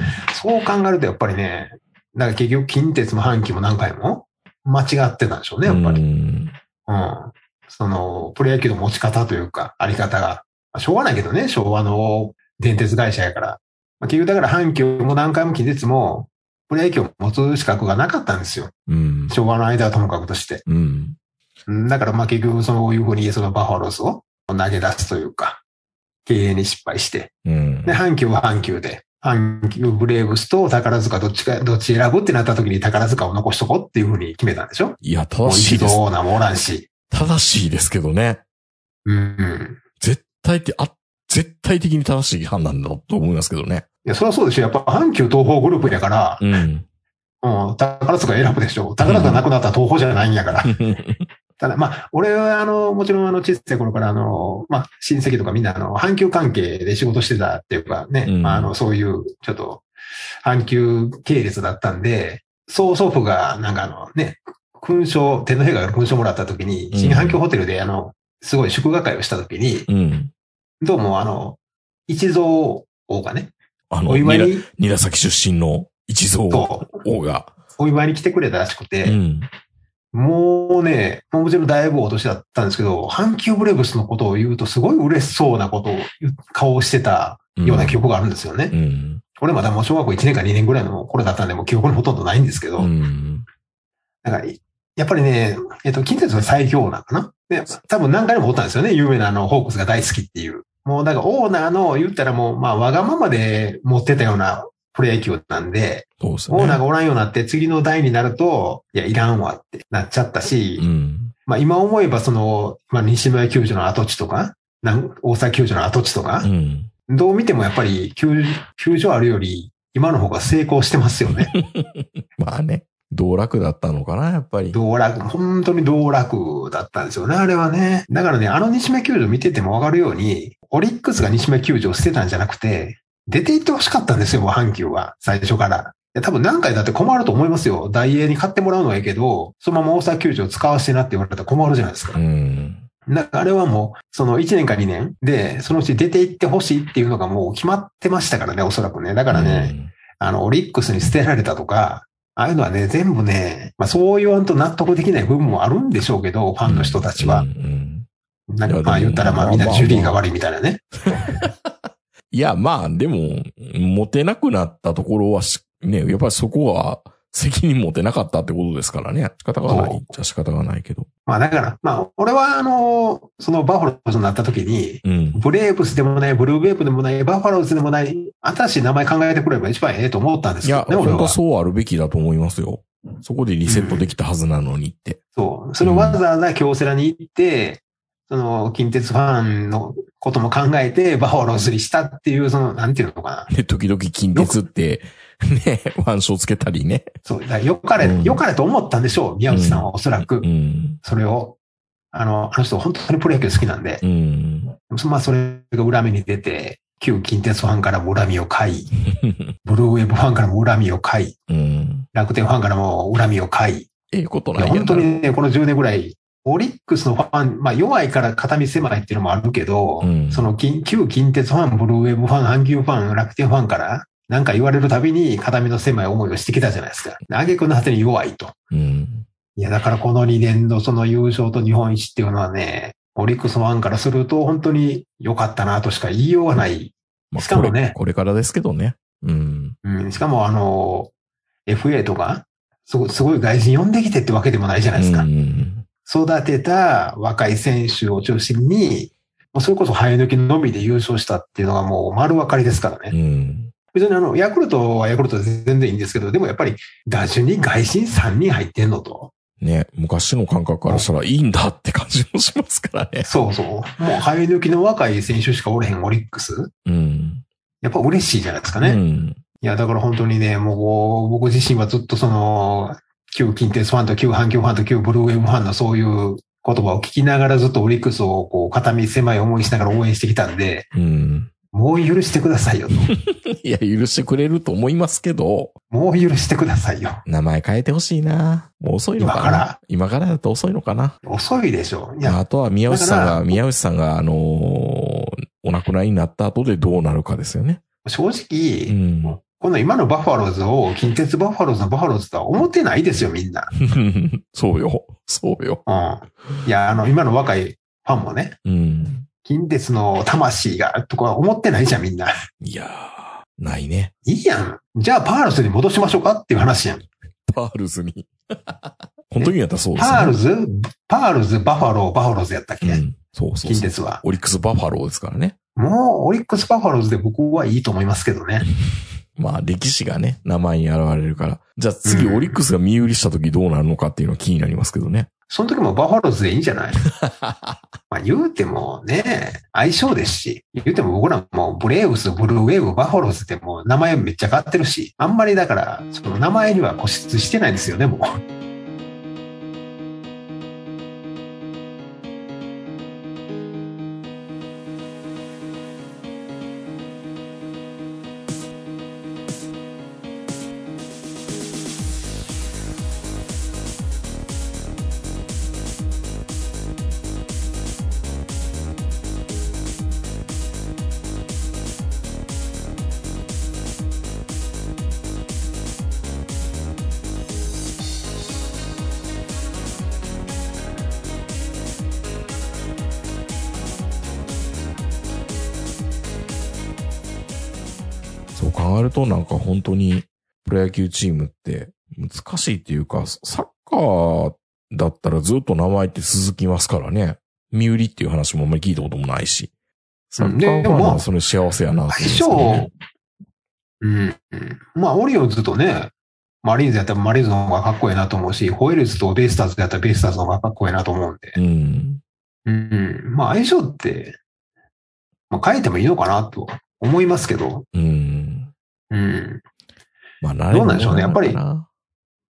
Speaker 3: そう考えるとやっぱりね、だから結局近鉄も阪急も何回も間違ってたんでしょうね、やっぱり。
Speaker 2: うん
Speaker 3: うん。その、プロ野球の持ち方というか、あり方が。まあしょうがないけどね、昭和の電鉄会社やから。まあ、結局だから阪急も何回も近鉄も、プロ野球を持つ資格がなかったんですよ。
Speaker 2: うん。
Speaker 3: 昭和の間はともかくとして。
Speaker 2: うん。
Speaker 3: うんだからまあ結局そういうふうにそのバファローズを投げ出すというか、経営に失敗して。
Speaker 2: うん
Speaker 3: で、。阪急は阪急で。阪急ブレーブスと宝塚どっちか、どっち選ぶってなった時に宝塚を残しとこうっていうふうに決めたんでしょ
Speaker 2: いや、
Speaker 3: も
Speaker 2: 正
Speaker 3: う
Speaker 2: しい
Speaker 3: 一
Speaker 2: です。
Speaker 3: 度なもおらんし。
Speaker 2: 正しいですけどね。
Speaker 3: うん。
Speaker 2: 絶対的、あ、絶対的に正しい判断だと思いますけどね。
Speaker 3: いや、そりゃそうでしょ。やっぱ阪急東宝グループやから、
Speaker 2: うん。
Speaker 3: うん、宝塚選ぶでしょ。宝塚なくなったら東宝じゃないんやから。ただ、まあ、俺は、あの、もちろん、あの、小さい頃から、あの、まあ、親戚とかみんな、あの、阪急関係で仕事してたっていうかね、
Speaker 2: うん
Speaker 3: まあ、あの、そういう、ちょっと、阪急系列だったんで、曽祖父が、なんかあの、ね、勲章、天皇陛下から勲章もらった時に
Speaker 2: う、ん
Speaker 3: 新阪急ホテルで、あの、すごい祝賀会をした時に、
Speaker 2: うん。
Speaker 3: どうも、あの、一蔵王がね、
Speaker 2: あの、
Speaker 3: お祝い
Speaker 2: 韮
Speaker 3: に、
Speaker 2: 韮崎出身の一蔵
Speaker 3: そう、
Speaker 2: 王が。
Speaker 3: お祝いに来てくれたらしくて、
Speaker 2: うん。
Speaker 3: もうね、もうもちろんだいぶお年だったんですけど、阪急ブレーブスのことを言うとすごい嬉しそうなことを言う、顔をしてた
Speaker 2: うん
Speaker 3: ような記憶があるんですよね。
Speaker 2: うん。
Speaker 3: 俺まだもう小学校1年か2年ぐらいの頃だったんで、もう記憶のほとんどないんですけど、
Speaker 2: うん。
Speaker 3: だから、やっぱりね、えっと、近鉄の最強なのかなで、多分何回もおったんですよね、有名なあの、ホークスが大好きっていう。もうだからオーナーの言ったらもう、まあわがままで持ってたようなプロ野球なんで、
Speaker 2: そうです
Speaker 3: オーナー
Speaker 2: ね。
Speaker 3: がおらんようになって次の代になると、いや、いらんわってなっちゃったし、
Speaker 2: うん。
Speaker 3: まあ今思えばその、まあ西宮球場の跡地とか、なん大阪球場の跡地とか
Speaker 2: う、ん。
Speaker 3: どう見てもやっぱり球球場あるより今の方が成功してますよね。
Speaker 2: まあね。道楽だったのかな、やっぱり。
Speaker 3: 道楽、本当に道楽だったんですよね、あれはね。だからね、あの西宮球場見ててもわかるように、オリックスが西宮球場を捨てたんじゃなくて、出て行ってほしかったんですよ、もう阪急は、最初から。いや多分何回だって困ると思いますよ。大英に買ってもらうのはいいけど、そのまま大阪球場使わせてなって言われたら困るじゃないですか
Speaker 2: う。ん。
Speaker 3: なんかあれはもう、その1年か2年で、そのうち出て行ってほしいっていうのがもう決まってましたからね、おそらくね。だからね、
Speaker 2: うん。
Speaker 3: あの、オリックスに捨てられたとか、ああいうのはね、全部ね、まあそう言わんと納得できない部分もあるんでしょうけど、ファンの人たちは
Speaker 2: うん。。うん
Speaker 3: なんかまあ
Speaker 2: いやでも
Speaker 3: 言ったらま
Speaker 2: ま
Speaker 3: あ
Speaker 2: あ
Speaker 3: みんな
Speaker 2: まあ
Speaker 3: ジュリーが悪いみたいなね。
Speaker 2: いや、まあ、でも、持てなくなったところはし、ね、やっぱりそこは責任持てなかったってことですからね。仕方がない。じゃ仕方がないけど。
Speaker 3: まあだから、まあ俺はあの、そのバファローズになった時に、
Speaker 2: うん。
Speaker 3: ブレーブスでもない、ブルーベーブでもない、バファローズでもない、新しい名前考えてくれば一番ええと思ったんです
Speaker 2: い
Speaker 3: けど
Speaker 2: や
Speaker 3: ね、、俺
Speaker 2: 本当
Speaker 3: は。
Speaker 2: そうあるべきだと思いますよ。そこでリセットできたはずなのにって。
Speaker 3: そう。それをわざわざ京セラに行って、その、近鉄ファンのことも考えて、バファローズにしたっていう、その、なんていうのかな。
Speaker 2: で、時々近鉄って、ね、腕章つけたりね。
Speaker 3: そう、だからよかれ、
Speaker 2: うん
Speaker 3: よかれと思ったんでしょう、宮内さんはおそらく
Speaker 2: う。ん。
Speaker 3: それを。あの、あの人本当にプロ野球好きなんで、
Speaker 2: うん。
Speaker 3: まあそれが恨みに出て、旧近鉄ファンからも恨みを買
Speaker 2: [LAUGHS]
Speaker 3: い、ブルーウェーブファンからも恨みを買い、
Speaker 2: うん。
Speaker 3: 楽天ファンからも恨みを買い、
Speaker 2: ええこと
Speaker 3: いや
Speaker 2: ないや
Speaker 3: 本
Speaker 2: な
Speaker 3: 当にね、この10年ぐらい、オリックスのファン、まあ弱いから片身狭いっていうのもあるけど、
Speaker 2: うん
Speaker 3: その近旧近鉄ファン、ブルーウェーブファン、阪急ファン、楽天ファンから、なんか言われるたびに片身の狭い思いをしてきたじゃないですか。挙句の果てに弱いと。
Speaker 2: うん。
Speaker 3: いや、だからこの2年のその優勝と日本一っていうのはね、オリックスファンからすると本当に良かったなとしか言いようがない。
Speaker 2: ま
Speaker 3: し
Speaker 2: あ、
Speaker 3: か
Speaker 2: こ
Speaker 3: もね
Speaker 2: れ、これからですけどね。うん。
Speaker 3: うん、しかもあの、FA とか、すごすごい外人呼んできてってわけでもないじゃないですか
Speaker 2: う。ん。
Speaker 3: 育てた若い選手を中心に、もうそれこそ生え抜きのみで優勝したっていうのがもう丸分かりですから
Speaker 2: う
Speaker 3: ね。
Speaker 2: ん。
Speaker 3: 別にあの、ヤクルトはヤクルトで全然いいんですけど、でもやっぱり打順に外人3人入ってんのと。
Speaker 2: ね、昔の感覚からしたらいいんだって感じもしますからね。
Speaker 3: そうそう。もう生え抜きの若い選手しかおれへんオリックス。
Speaker 2: うん。
Speaker 3: やっぱ嬉しいじゃないですかね。
Speaker 2: う
Speaker 3: い
Speaker 2: ん。
Speaker 3: や、だから本当にね、もう僕自身はずっとその、旧近鉄ファンと旧阪急ファンと旧ブルーウェーブファンのそういう言葉を聞きながらずっとオリックスをこう、片身狭い思いしながら応援してきたんで、
Speaker 2: うん。
Speaker 3: もう許してくださいよと。
Speaker 2: いや、許してくれると思いますけど、
Speaker 3: もう許してくださいよ。
Speaker 2: 名前変えてほしいな。もう遅いのかな。
Speaker 3: 今から
Speaker 2: 今からだと遅いのかな。
Speaker 3: 遅いでしょ。い
Speaker 2: まあ
Speaker 3: や、
Speaker 2: あとは宮内さん
Speaker 3: だか
Speaker 2: が、
Speaker 3: ら
Speaker 2: 宮内さんが、あのーお亡くなりになった後でどうなるかですよね。
Speaker 3: 正直、
Speaker 2: うん。
Speaker 3: この今のバファローズを、近鉄バファローズのバファローズとは思ってないですよ、みんな。
Speaker 2: [LAUGHS] そうよ。そうよ。
Speaker 3: うん。いや、あの、今の若いファンもね、
Speaker 2: うん。
Speaker 3: 近鉄の魂が、とか思ってないじゃん、みんな。
Speaker 2: いやー、ないね。
Speaker 3: いいやん。じゃあ、パールズに戻しましょうかっていう話やん。
Speaker 2: パールズに。 [LAUGHS] 本当にやったらそうですね。
Speaker 3: パールズ、パールズ、バファロー、バファローズやったっけ、
Speaker 2: うん。そうそう
Speaker 3: 近
Speaker 2: そう。
Speaker 3: 鉄は。
Speaker 2: オリックスバファローですからね。
Speaker 3: もう、オリックスバファローズで僕はいいと思いますけどね。
Speaker 2: まあ、歴史がね、名前に現れるから。じゃあ次、
Speaker 3: うん
Speaker 2: オリックスが見売りした時どうなるのかっていうのは気になりますけどね。
Speaker 3: その時もバファローズでいいんじゃ [LAUGHS] ないまあ言うてもね、相性ですし、言うても僕らもうブレーブス、ブルーウェーブ、バファローズってもう名前めっちゃ変わってるし、あんまりだから、その名前には固執してないんですよね、もう。
Speaker 2: そう考えるとなんか本当にプロ野球チームって難しいっていうか、サッカーだったらずっと名前って続きますからね。身売りっていう話もあんまり聞いたこともないし。サッカーファンはそれ幸せやなと思うんですけど
Speaker 3: 相性
Speaker 2: ね。、
Speaker 3: うん。まあ、オリオンズとね、マリーンズやったらマリーンズの方がかっこいいなと思うし、ホエールズとベイスターズやったらベイスターズの方がかっこいいなと思うんで。
Speaker 2: うん。
Speaker 3: うん。まあ、相性って、まあ、変えてもいいのかなと思いますけど、
Speaker 2: うん。
Speaker 3: うん。
Speaker 2: まあ、な
Speaker 3: どうなんでしょうねやっぱり
Speaker 2: な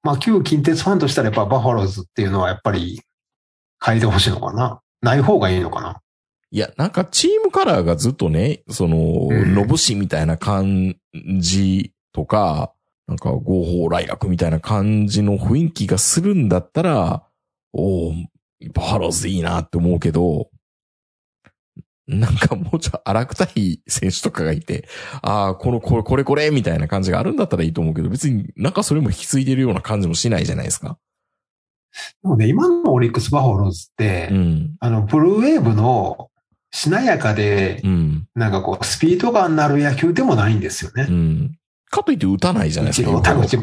Speaker 3: まあ、旧近鉄ファンとしたらやっぱバファローズっていうのはやっぱり変えてほしいのかな。ない方がいいのかな。
Speaker 2: いや、なんかチームカラーがずっとね、その、
Speaker 3: うん
Speaker 2: のぶしみたいな感じとか、なんか合法来楽みたいな感じの雰囲気がするんだったら、おーバファローズいいなって思うけど、なんかもうちょい荒くたい選手とかがいて、ああ、この、これ、これ、これ、みたいな感じがあるんだったらいいと思うけど、別になんかそれも引き継いでるような感じもしないじゃないですか。
Speaker 3: でもね、今のオリックスバファローズって、
Speaker 2: うん。
Speaker 3: あの、ブルーウェーブのしなやかで
Speaker 2: う、ん。
Speaker 3: なんかこう、スピード感のある野球でもないんですよね
Speaker 2: う。ん。かといって打たないじゃないです
Speaker 3: 一
Speaker 2: か。
Speaker 3: 郎、田口、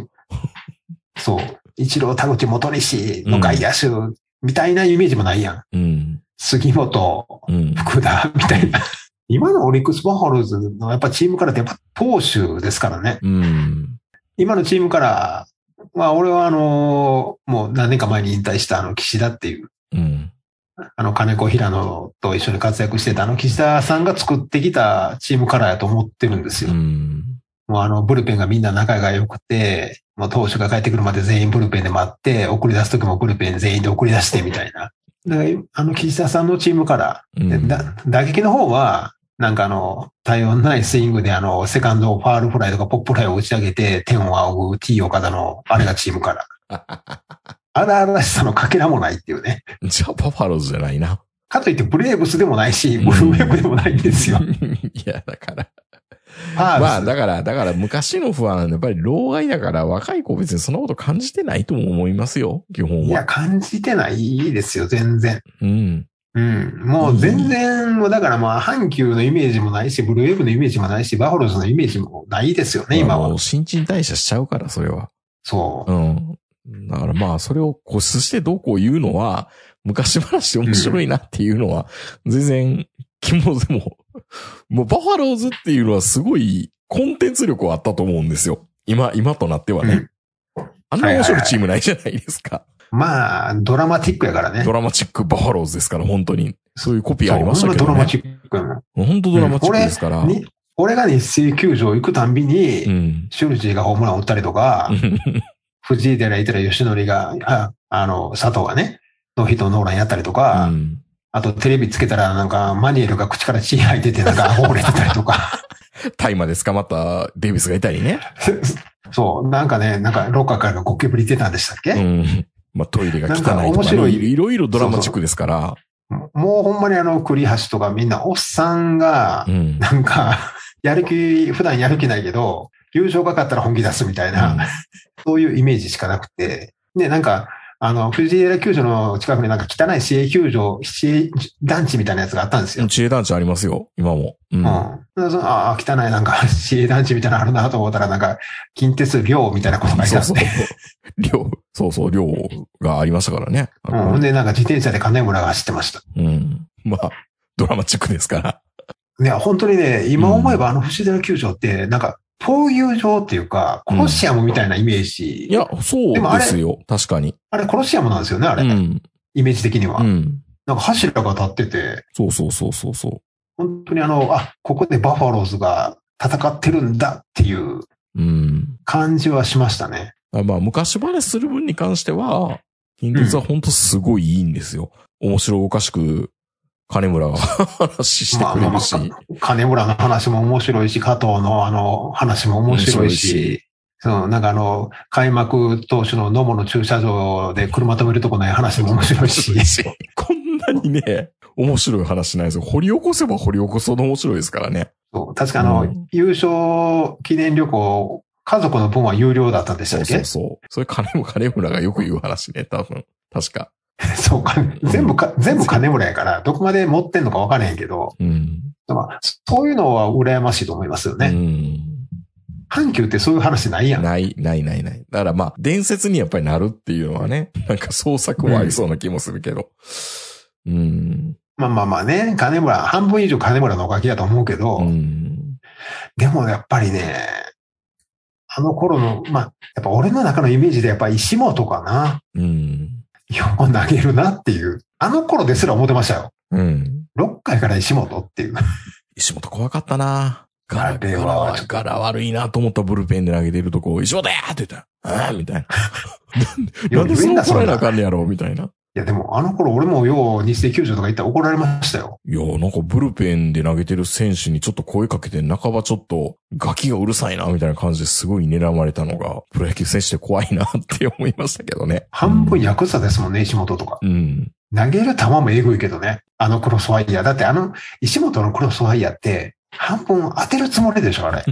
Speaker 3: そう。一郎、田口、元西の外野手みたいなイメージもないやん。
Speaker 2: うん。
Speaker 3: 杉本、
Speaker 2: うん。
Speaker 3: 福田みたいな。今のオリックスバファローズのやっぱチームからってやっぱ投手ですからね。
Speaker 2: うん。
Speaker 3: 今のチームからまあ、俺はあの、もう何年か前に引退したあの、岸田っていう、
Speaker 2: うん。
Speaker 3: あの、金子平野と一緒に活躍してたあの、岸田さんが作ってきたチームカラーやと思ってるんです
Speaker 2: う
Speaker 3: よ。
Speaker 2: ん。
Speaker 3: もうあの、ブルペンがみんな仲が良くて、もう投手が帰ってくるまで全員ブルペンで待って、送り出すときもブルペン全員で送り出してみたいな。だからあの、岸田さんのチームから、
Speaker 2: う
Speaker 3: で
Speaker 2: ん。
Speaker 3: だ打撃の方は、なんかあの、対応のないスイングであの、セカンドをファールフライとかポップフライを打ち上げて、天を仰ぐ T 岡田の、あれがチームから。
Speaker 2: [LAUGHS]
Speaker 3: 荒々しさのかけらもないっていうね。
Speaker 2: じゃあ、バファローズじゃない
Speaker 3: [LAUGHS]
Speaker 2: な。
Speaker 3: かといってブレーブスでもないし、ブルーウェーブでもないんですよ。フ
Speaker 2: いや、だから。
Speaker 3: ァ
Speaker 2: [LAUGHS] まあ、
Speaker 3: ール
Speaker 2: だから、だから昔の不安、やっぱり老害だから若い子別にそんなこと感じてないとも思いますよ、基
Speaker 3: ス。
Speaker 2: 本
Speaker 3: いや、
Speaker 2: は。
Speaker 3: 感じてないですよ、全然。
Speaker 2: うん。
Speaker 3: うん。もう全然、もうだからまあ、阪急のイメージもないし、ブルーウェーブのイメージもないし、バファローズのイメージもないですよね、今
Speaker 2: も
Speaker 3: は
Speaker 2: う。新陳代謝しちゃうから、それは。。
Speaker 3: そう
Speaker 2: ん。だからまあ、それを固執してどうこう言うのは、昔話面白いなっていうのは、全然、気もでも、もうバファローズっていうのはすごいコンテンツ力はあったと思うんですよ。今、今となってはね。
Speaker 3: うん
Speaker 2: あんな面白いチームないじゃないですか。
Speaker 3: まあ、ドラマティックやからね
Speaker 2: ド。ラマチックバファローズですから、本当に。そういうコピーありましたけど、ね。
Speaker 3: ほんまドラマチックやもん
Speaker 2: 本当ドラマチックですから。
Speaker 3: に俺が日生球場行くたんびに、
Speaker 2: うん。
Speaker 3: シュルジーがホームラン打ったりとか、藤井寺いたら吉則が、あ、あの、佐藤がね、ノーヒットノーランやったりとか、
Speaker 2: うん
Speaker 3: あとテレビつけたらなんかマニエルが口から血吐いててなんか溺れてたりとか。 [LAUGHS]
Speaker 2: 大麻で捕まったデイビスがいたりね。
Speaker 3: そう、なんかね、なんかロッカーからゴキブリ出たんでしたっけ、
Speaker 2: うん。まあ、トイレが汚いとか,、
Speaker 3: なんか
Speaker 2: ね、
Speaker 3: 面白い
Speaker 2: あのいろいろドラマチックですから。
Speaker 3: もうほんまにあの、栗橋とかみんな、おっさんが、
Speaker 2: うん。
Speaker 3: なんか、やる気、普段やる気ないけど、優勝かかったら本気出すみたいな、そういうイメージしかなくて。で、なんか、あの、藤枝球場の近くになんか汚い市営球場、市営団地みたいなやつがあったんです
Speaker 2: う
Speaker 3: よ
Speaker 2: ん。。知恵団地ありますよ、今も。うん。
Speaker 3: うん。でそのああ、汚いなんか [LAUGHS] 市営団地みたいなのあるなと思ったら、なんか、近鉄寮みたいなことが書いて
Speaker 2: そ
Speaker 3: あ
Speaker 2: う
Speaker 3: って
Speaker 2: そう。。 [LAUGHS] 量、そうそう、量がありましたからね。あ
Speaker 3: うん。
Speaker 2: の
Speaker 3: ほんで、なんか自転車で金村が走ってました。
Speaker 2: うん。まあ、ドラマチックですから。
Speaker 3: ね、本当にね、今思えばあの藤寺球場って、なんか、闘牛場っていうか、コロシアムみたいなイメージ。
Speaker 2: いや、そう
Speaker 3: でもあ
Speaker 2: で
Speaker 3: れ
Speaker 2: すよ、確かに。
Speaker 3: あれコロシアムなんですよね、あ
Speaker 2: う
Speaker 3: れ。
Speaker 2: ん。
Speaker 3: イメージ的には。
Speaker 2: うん。
Speaker 3: なんか柱が立ってて、
Speaker 2: そうそうそうそうそ
Speaker 3: 本当にあの、あ、ここでバファローズが戦ってるんだっていう
Speaker 2: う。うん。
Speaker 3: 感じはしましたね。
Speaker 2: あまあ、昔話する分に関しては、近鉄は本当すごいいいんですよ。面白おかしく、金村が [LAUGHS] 話してくれるし。
Speaker 3: まあま金村の話も面白いし、加藤のあの話も面白い
Speaker 2: 面白い
Speaker 3: し、そう、なんかあの、開幕当初の野茂の駐車場で車止めるとこない話も面白いし、
Speaker 2: [LAUGHS] こんなにね、面白い話ないですよ。掘り起こせば掘り起こすほど面白いですからね。
Speaker 3: そう確かあの、
Speaker 2: うん
Speaker 3: 優勝記念旅行、家族の分は有料だったんでし
Speaker 2: そ
Speaker 3: たっ
Speaker 2: うそ
Speaker 3: け
Speaker 2: うそう。それ金も金村がよく言う話ね、多分。確か。
Speaker 3: そうか。全部か、全部金村やから、どこまで持ってんのか分からへんけど、
Speaker 2: うん。
Speaker 3: まあ、そういうのは羨ましいと思いますよ
Speaker 2: う
Speaker 3: ね。
Speaker 2: ん。
Speaker 3: 阪急ってそういう話ないやん。
Speaker 2: ない、ない、ない、ない。だからまあ、伝説にやっぱりなるっていうのはね、 [LAUGHS] なんか創作もありそうな気もするけど。うん。
Speaker 3: まあまあまあね、金村、半分以上金村のおかげだと思うけど、
Speaker 2: うん。
Speaker 3: でもやっぱりね、あの頃の、まあ、やっぱ俺の中のイメージでやっぱ石本かな。
Speaker 2: うん。
Speaker 3: よう投げるなっていう。あの頃ですら思ってましたよ。
Speaker 2: うん。
Speaker 3: 6回から石本っ
Speaker 2: [LAUGHS]
Speaker 3: ていう。
Speaker 2: 石本怖かったなガラ、
Speaker 3: あれ
Speaker 2: ガ
Speaker 3: は
Speaker 2: ラ悪
Speaker 3: ちょっ
Speaker 2: い、
Speaker 3: と
Speaker 2: ガラ悪いなと思ったブルペンで投げてるとこ、石本やーって言ったら、ああみたいな。なんでそんな怒られなあ
Speaker 3: い
Speaker 2: かんねやろみたいな。
Speaker 3: やでもあの頃俺もよう日生球場とか行ったら怒られましたよ。
Speaker 2: いや、なんかブルペンで投げてる選手にちょっと声かけて、半ばちょっとガキがうるさいな、みたいな感じですごい睨まれたのが、プロ野球選手って怖いなって思いましたけどね。
Speaker 3: 半分ヤクザですもんね、石本とか。
Speaker 2: うん。
Speaker 3: 投げる球もえぐいけどね。あのクロスファイヤー。だってあの、石本のクロスファイヤーって、半分当てるつもりでしょ、あれ。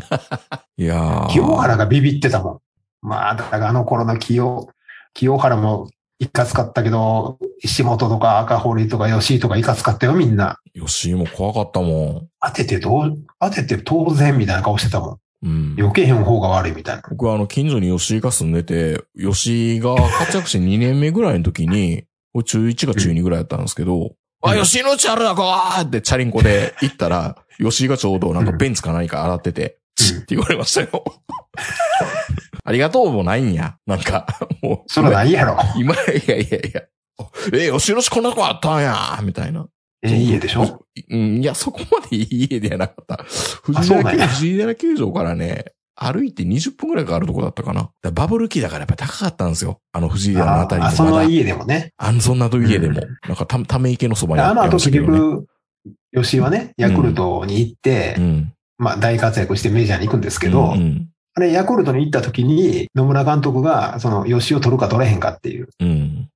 Speaker 2: いやー。
Speaker 3: 清原がビビってたもん。まあ、だからあの頃の清、清原もいかつかったけど、石本とか赤堀とか吉井とかいかつかったよ、みんな。
Speaker 2: 吉井も怖かったも
Speaker 3: 当ててどう、当てて当然みたいな顔してたもん。
Speaker 2: ん。うん。
Speaker 3: 避けへん方が悪いみたいな。
Speaker 2: 僕はあの、近所に吉井が住んでて、吉井が活躍して2年目ぐらいの時に、これ中1か中2ぐらいだったんですけど、
Speaker 3: うん
Speaker 2: あ、吉井のうちあるな、こーってチャリンコで行ったら、吉井がちょうどなんかベンツか何か洗ってて、チッって言われましたよ。 [LAUGHS] ありがとうもないんや。なんか、もう。
Speaker 3: それないやろ。
Speaker 2: 今、いやいやいや。え、よしよしこんな子あったんや、みたいな。
Speaker 3: ええ家でしょ
Speaker 2: うん、いや、そこまでいい家ではなか
Speaker 3: [LAUGHS]
Speaker 2: った。藤
Speaker 3: そう
Speaker 2: 井
Speaker 3: なん
Speaker 2: 寺
Speaker 3: や
Speaker 2: 藤井寺球場からね、歩いて20分くらいかかるとこだったかな。だからバブル期だからやっぱ高かったんですよ。あの藤井寺のあたりの
Speaker 3: あ、その
Speaker 2: まだ。
Speaker 3: 家でもね。
Speaker 2: あの、そんなと家でも
Speaker 3: う。
Speaker 2: なんかた、ため池のそばに
Speaker 3: あの
Speaker 2: って
Speaker 3: 後
Speaker 2: ました
Speaker 3: 結
Speaker 2: けどね
Speaker 3: 局、吉井はね、ヤクルトに行って、
Speaker 2: うん。
Speaker 3: まあ大活躍してメジャーに行くんですけ
Speaker 2: うん
Speaker 3: ど、
Speaker 2: うん。
Speaker 3: あれヤクルトに行った時に野村監督がその吉井を取るか取れへんかっていう
Speaker 2: うん。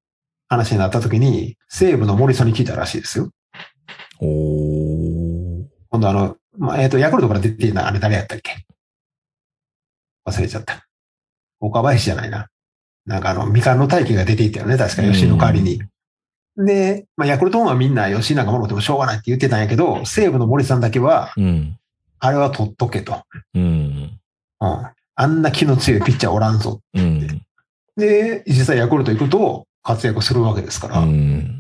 Speaker 3: 話になった時に、西武の森ソに聞いたらしいですよ。
Speaker 2: おー。
Speaker 3: 今度あの、まあ、えっ、と、ヤクルトから出てるな、あれ誰やったっけ忘れちゃった。岡林じゃないな。なんかあの、みかんの大輝が出ていたよね、確か吉井の代わりに。で、まあ、ヤクルトファンはみんな吉井なんかもろてもしょうがないって言ってたんやけど、西武の森さんだけは、
Speaker 2: うん。
Speaker 3: あれは取っとけと。
Speaker 2: うん。
Speaker 3: うん。あんな気の強いピッチャーおらんぞ。
Speaker 2: うん。
Speaker 3: で、実際ヤクルト行くと活躍するわけですから、
Speaker 2: うん。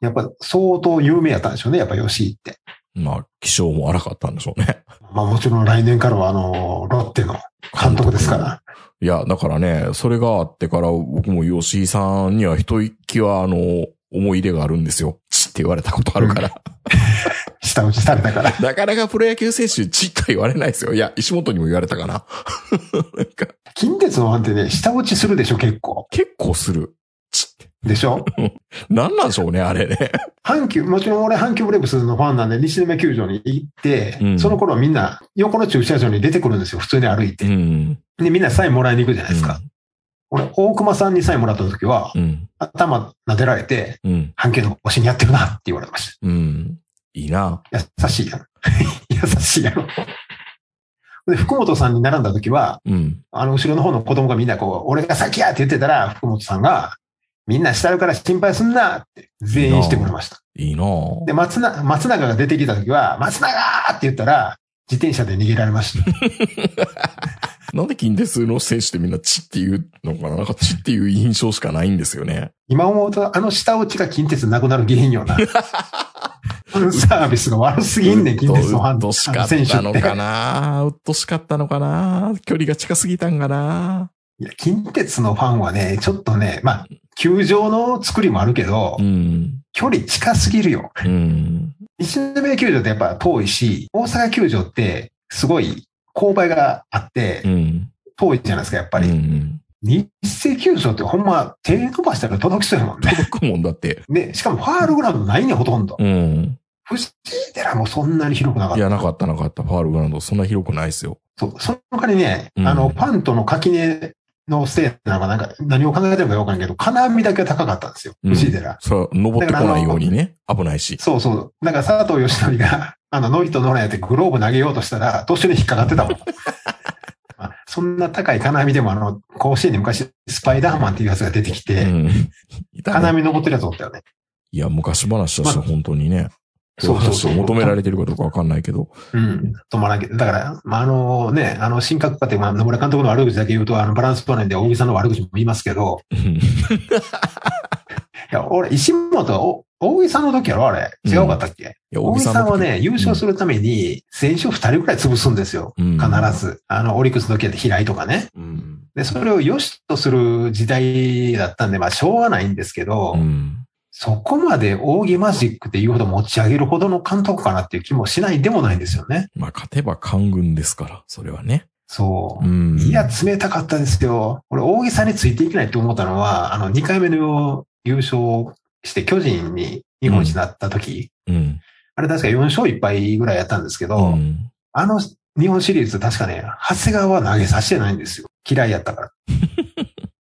Speaker 3: やっぱ相当有名やったんでしょうね、やっぱ吉井って。
Speaker 2: まあ、気性も荒かったんでしょうね。
Speaker 3: まあもちろん来年からはあの、ロッテの監督ですから。
Speaker 2: いや、だからね、それがあってから僕も吉井さんには一息は、あの、思い入れがあるんですよ。チって言われたことあるから。
Speaker 3: 下打ちされたから。
Speaker 2: なかなかプロ野球選手チッとは言われないですよ。いや、石本にも言われたかな。なんか、
Speaker 3: 近鉄のファンってね、下打ちするでしょ、結構。
Speaker 2: 結構する。チって。
Speaker 3: でしょ
Speaker 2: なんなんでしょうね、あれ
Speaker 3: [LAUGHS]
Speaker 2: ね。
Speaker 3: 阪急、もちろん俺阪急ブレーブスのファンなんで、西宮球場に行って、
Speaker 2: うん
Speaker 3: その頃みんな横の駐車場に出てくるんですよ、普通に歩いて。
Speaker 2: ん。
Speaker 3: で、みんなサインもらいに行くじゃないですか。俺、大熊さんにサインもらった時は、
Speaker 2: うん。
Speaker 3: 頭撫でられて、
Speaker 2: うん。
Speaker 3: 阪急の推しにやってるなって言われまし
Speaker 2: うん。いいな。
Speaker 3: た。優しいやろ。 [LAUGHS] 優しいやろ。で、福本さんに並んだ時は、
Speaker 2: うん。
Speaker 3: あの、後ろの方の子供がみんなこう、俺が先やって言ってたら、福本さんが、みんな下るから心配すんなって、全員してくれました。
Speaker 2: いいな。
Speaker 3: で、松な松永が出てきた時は、松永ーって言ったら、自転車で逃げられ
Speaker 2: [LAUGHS]
Speaker 3: ました。
Speaker 2: なんで近鉄の選手ってみんなチって言うのかななんかチっていう印象しかないんですよね。
Speaker 3: 今思うと、あの下落ちが近鉄なくなる原因
Speaker 2: [LAUGHS]
Speaker 3: よな。ファンサービスが悪すぎんねん、近鉄のファン
Speaker 2: うっ
Speaker 3: と
Speaker 2: としかったのかなうっとしかったのかな距離が近すぎたんかない
Speaker 3: や、近鉄のファンはね、ちょっとね、まあ、球場の作りもあるけど
Speaker 2: う、ん。
Speaker 3: 距離近すぎるよ。
Speaker 2: うん。
Speaker 3: 西宮球場ってやっぱ遠いし、大阪球場ってすごい勾配があって
Speaker 2: う、ん。
Speaker 3: 遠いじゃないですか、やっぱ
Speaker 2: う
Speaker 3: り。
Speaker 2: ん。
Speaker 3: 日生球場ってほんま手伸ばしたら届きそうやもん
Speaker 2: [LAUGHS]
Speaker 3: ね。
Speaker 2: 届くもんだって。
Speaker 3: [LAUGHS] ね、しかもファールグラウンドないね、ほとんど。
Speaker 2: うん。
Speaker 3: 藤井寺もそんなに広くなかっ
Speaker 2: い
Speaker 3: た。
Speaker 2: や、なかったなかった。ファールグラウンド、そんな広くないですよ。
Speaker 3: そうその代わりね、
Speaker 2: うん
Speaker 3: あの、パンとの垣根のせいなのか、なんか何を考えてるのかよくわからんけど、金網だけは高かったんですよ、
Speaker 2: うん
Speaker 3: 藤井寺。
Speaker 2: そう、登ってこないようにね。危ないし。
Speaker 3: そうそう。なんか佐藤義則が、 [LAUGHS] あの、ノリとノラやってグローブ投げようとしたら、途中で引っかかって
Speaker 2: [LAUGHS]
Speaker 3: たもん。まあそんな高い金網でも、あの、甲子園に昔、スパイダーマンっていうやつが出てき
Speaker 2: う
Speaker 3: て、
Speaker 2: ん。いたね
Speaker 3: 金網登ってるやつおったよね。
Speaker 2: いや、昔話として本当にね。そういう話を求められてるかどうかわかんないけど。
Speaker 3: うん。止まらんけど。だから、まあ、あのね、あの、神格化って、まあ、野村監督の悪口だけ言うと、あの、バランス取れんで、大木さんの悪口も言いますけど、
Speaker 2: うん
Speaker 3: いや、俺、石本は、お大木さんの時やろあれ。違うかったっけ、
Speaker 2: いや、
Speaker 3: 大木さん
Speaker 2: の
Speaker 3: はね、優勝するために、選手を二人ぐらい潰すんですよ。
Speaker 2: うん、
Speaker 3: 必ず。あの、オリックスの時やって平井とかね。
Speaker 2: うん。
Speaker 3: で、それを良しとする時代だったんで、まあ、しょうがないんですけど、
Speaker 2: うん。
Speaker 3: そこまで扇マジックっていうほど持ち上げるほどの監督かなっていう気もしないでもないんですよね。
Speaker 2: まあ、勝てば官軍ですから、それはね。
Speaker 3: そう
Speaker 2: う。ん。
Speaker 3: いや、冷たかったですよ。俺、大木さんについていけないって思ったのは、あの、2回目の優勝して、巨人に日本一になった時、
Speaker 2: うん。
Speaker 3: あれ確か4勝1敗ぐらいやったんですけ
Speaker 2: う
Speaker 3: ど、
Speaker 2: ん
Speaker 3: あの日本シリーズ確かね、長谷川は投げさせてないんですよ。嫌いやった
Speaker 2: [LAUGHS]
Speaker 3: から。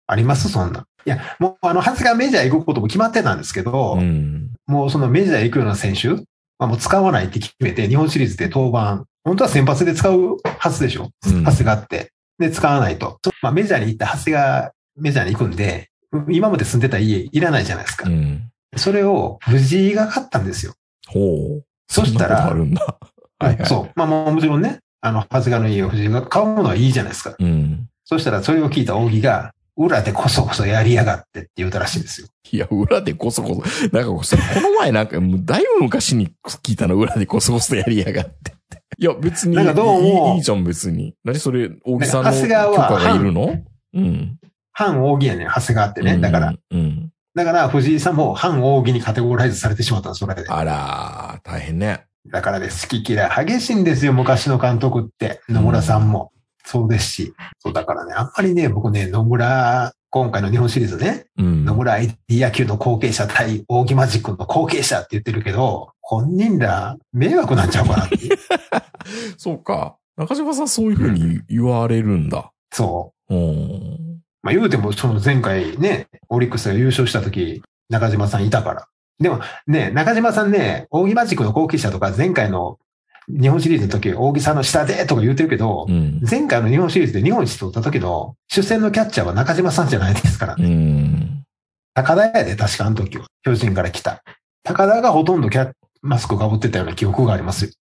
Speaker 3: ありますそんな。いや、もうあの、長谷川メジャー行くことも決まってたんですけど、
Speaker 2: うん。
Speaker 3: もうそのメジャー行くような選手、まあ、もう使わないって決めて、日本シリーズで登板、本当は先発で使うはずでしょ。
Speaker 2: うん
Speaker 3: 長谷川って。で、使わないと。そまあ、メジャーに行った長谷川、メジャーに行くんで、今まで住んでた家いらないじゃないですか
Speaker 2: う。ん。
Speaker 3: それを藤井が買ったんですよ。
Speaker 2: ほう。
Speaker 3: そしたら
Speaker 2: んなことあるんだ。はいはい。
Speaker 3: そう。まあ、もうもちろんね、あの、長谷川の家を藤井が買うものはいいじゃないですか。
Speaker 2: う。うん。
Speaker 3: そしたらそれを聞いた扇が、裏でこそこそやりやがってって言うたらしいんですよ。
Speaker 2: いや、裏でこそこそ。なんか、それこの前なんか、もうだいぶ昔に聞いたの、裏でこそこそやりやがって。いや、別に。
Speaker 3: なんかどうも
Speaker 2: いいいいじゃん、別に。何それ、大木さん
Speaker 3: な
Speaker 2: の許
Speaker 3: んか長谷川は
Speaker 2: 可がいる
Speaker 3: [LAUGHS]
Speaker 2: のうん。
Speaker 3: 反扇やねん、長谷川ってね。だから、。
Speaker 2: うん。
Speaker 3: だから藤井さんも反扇にカテゴライズされてしまったんです、それで。
Speaker 2: あらー、大変ね。
Speaker 3: だからね、好き嫌い激しいんですよ、昔の監督って。野村さんも。そうですし。そう、だからね、あんまりね、僕ね、野村、今回の日本シリーズね、
Speaker 2: うん。
Speaker 3: 野村アイディ野球の後継者対大木マジックの後継者って言ってるけど、本人ら迷惑なんちゃうかなって。
Speaker 2: そうか。中島さんそういうふうに言われるんだ。
Speaker 3: そう。
Speaker 2: うん。
Speaker 3: まあ言うても、その前回ね、オリックスが優勝した時、中島さんいたから。でもね、中島さんね、大木マジックの後継者とか前回の日本シリーズの時、大木さんの下でとか言ってるけど、
Speaker 2: うん。
Speaker 3: 前回の日本シリーズで日本一取った時の主戦のキャッチャーは中島さんじゃないですから
Speaker 2: う。ん。
Speaker 3: 高田やで、確かあの時は。巨人から来た。高田がほとんどキャマスクかぶってたような記憶がありますよ。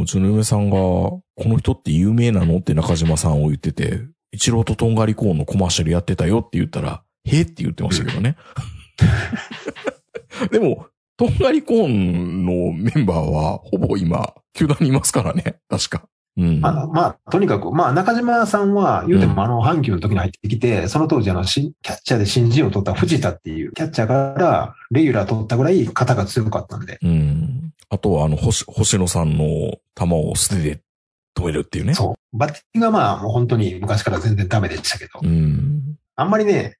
Speaker 2: うちの嫁さんが、この人って有名なのって中島さんを言ってて、一郎ととんがりコーンのコマーシャルやってたよって言ったら、へって言ってましたけどね。 [LAUGHS] でも、とんがりコーンのメンバーは、ほぼ今、球団にいますからね。確か。うん。
Speaker 3: あの、まあ、とにかく、まあ、中島さんは、言うても、あの、阪急の時に入ってきて、その当時、あの、新キャッチャーで新人を取った藤田っていう、キャッチャーから、レギュラー取ったぐらい肩が強かったんで。
Speaker 2: うん。あとは、あの、星、星野さんの球を素手で止めるっていうね。
Speaker 3: そう。バッティングはまあ、もう本当に昔から全然ダメでしたけど、
Speaker 2: うん。
Speaker 3: あんまりね、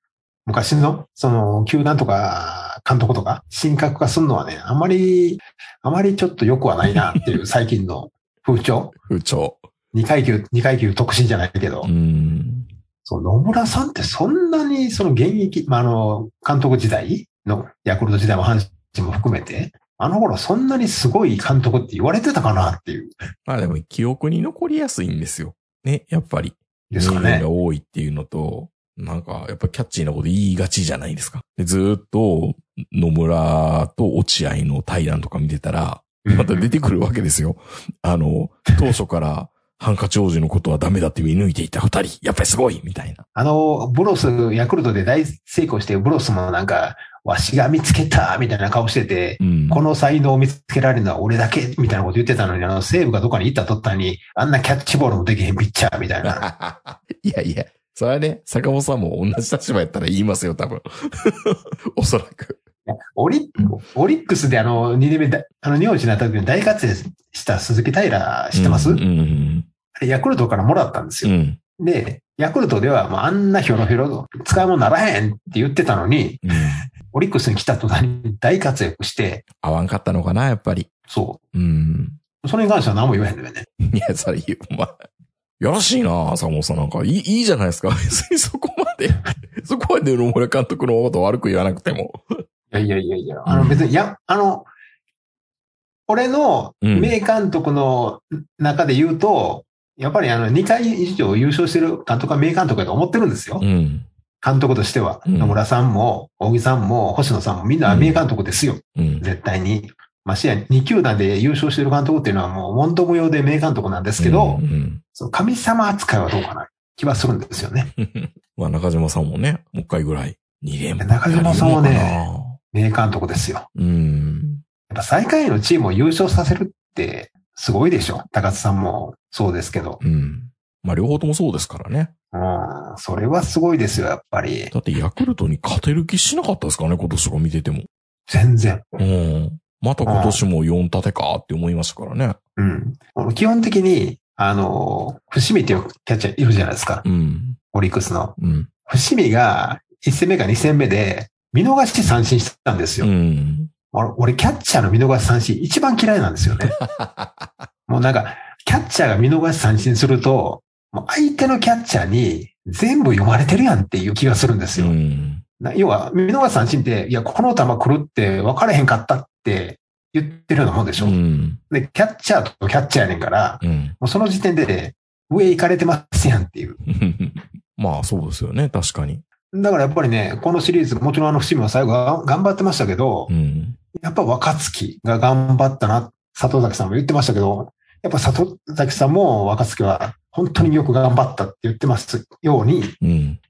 Speaker 3: 昔の、その、球団とか、監督とか、神格化するのはね、あんまり、あまりちょっと良くはないなっていう、最近の風潮。
Speaker 2: 風潮。
Speaker 3: 二階級、二階級特進じゃないけど、
Speaker 2: うん。
Speaker 3: そう野村さんってそんなにその現役、まあ、あの、監督時代の、ヤクルト時代も阪神も含めて、あの頃そんなにすごい監督って言われてたかなっていう、
Speaker 2: まあでも、記憶に残りやすいんですよ。ね、やっぱり。
Speaker 3: ですか
Speaker 2: 名言
Speaker 3: ね
Speaker 2: が。多いっていうのと、なんか、やっぱキャッチーなこと言いがちじゃないですか。でずーっと、野村と落合の対談とか見てたら、また
Speaker 3: うん
Speaker 2: 出てくるわけですよ。あの、当初から、ハンカチ王子のことはダメだって見抜いていた二人、やっぱりすごいみたいな。
Speaker 3: あの、ブロス、ヤクルトで大成功して、ブロスもなんか、わしが見つけたみたいな顔してて、
Speaker 2: うん。
Speaker 3: この才能を見つけられるのは俺だけみたいなこと言ってたのに、あの、西武がどっかに行った途端に、あんなキャッチボールもできへんピッチャーみたいな。
Speaker 2: [LAUGHS] いやいや、それはね、坂本さんも同じ立場やったら言いますよ、多分。 [LAUGHS] おそらく。
Speaker 3: オリオリックスであの、2年目だ、あの、日本一になった時に大活躍した鈴木平知ってます、
Speaker 2: うんうん
Speaker 3: あれヤクルトからもらったんです
Speaker 2: うん。う
Speaker 3: よ。
Speaker 2: ん。
Speaker 3: で、ヤクルトでは、まあ、あんなひょろひょろ、使い物にならへんって言ってたのに、
Speaker 2: うん
Speaker 3: オリックスに来た途端に大活躍して、
Speaker 2: 合わんかったのかな、やっぱり。
Speaker 3: そ
Speaker 2: うん。
Speaker 3: う。それに関しては何も言わへんのよね。
Speaker 2: いや、それ言う、お前。やらしいな坂本さんなんか。いい、いいじゃないですか。 [LAUGHS] 別にそこまで、 [LAUGHS] そこまで野村監督のことを悪く言わなくても。
Speaker 3: いやいやいやいや、あの別に、いや、あの、俺の
Speaker 2: うん
Speaker 3: 名監督の中で言うと、やっぱりあの2回以上優勝してる監督は名監督だと思ってるんですよ。
Speaker 2: うん。
Speaker 3: 監督としては。
Speaker 2: うん
Speaker 3: 野村さんも、大木さんも、星野さんもみんな名監督ですよ。
Speaker 2: うん。
Speaker 3: 絶対に。ましてや2球団で優勝してる監督っていうのはもう問答無用で名監督なんですけど、
Speaker 2: うん。
Speaker 3: その神様扱いはどうかな気はするんですよね。
Speaker 2: うんまあ、中島さんもね、もう一回ぐらい、2連覇。
Speaker 3: 中島さんはね。名監督ですよ。や
Speaker 2: うん。
Speaker 3: っぱ最下位のチームを優勝させるってすごいでしょ。高津さんもそうですけど。
Speaker 2: うん。まあ、両方ともそうですからね。
Speaker 3: うん、それはすごいですよ、やっぱり。
Speaker 2: だって、ヤクルトに勝てる気しなかったですからね、今年とか見てても。
Speaker 3: 全然。
Speaker 2: うん。また今年も4立てかって思いましたからね。
Speaker 3: うん。基本的に、あの、伏見っていうキャッチャーいるじゃないですか。
Speaker 2: うん。
Speaker 3: オリックスの。
Speaker 2: うん。
Speaker 3: 伏見が1戦目か2戦目で見逃し三振したんです
Speaker 2: う
Speaker 3: よ。
Speaker 2: ん。
Speaker 3: 俺、俺キャッチャーの見逃し三振一番嫌いなんですよね。もうなんか、キャッチャーが見逃し三振すると、もう相手のキャッチャーに全部読まれてるやんっていう気がするんです
Speaker 2: う
Speaker 3: よ。
Speaker 2: ん。
Speaker 3: な要は、見逃し三振って、いや、この球来るって分からへんかったって言ってるようなもんでし
Speaker 2: う
Speaker 3: ょ。
Speaker 2: ん。
Speaker 3: で、キャッチャーとキャッチャーやねんから、
Speaker 2: うん。
Speaker 3: もうその時点で、上行かれてますやんっていう。
Speaker 2: [LAUGHS] まあそうですよね、確かに。
Speaker 3: だからやっぱりね、このシリーズ、もちろんあの伏見は最後は頑張ってましたけど、
Speaker 2: うん。
Speaker 3: やっぱ若月が頑張ったな、佐藤崎さんも言ってましたけど、やっぱ佐藤崎さんも若月は本当によく頑張ったって言ってますように、
Speaker 2: うん。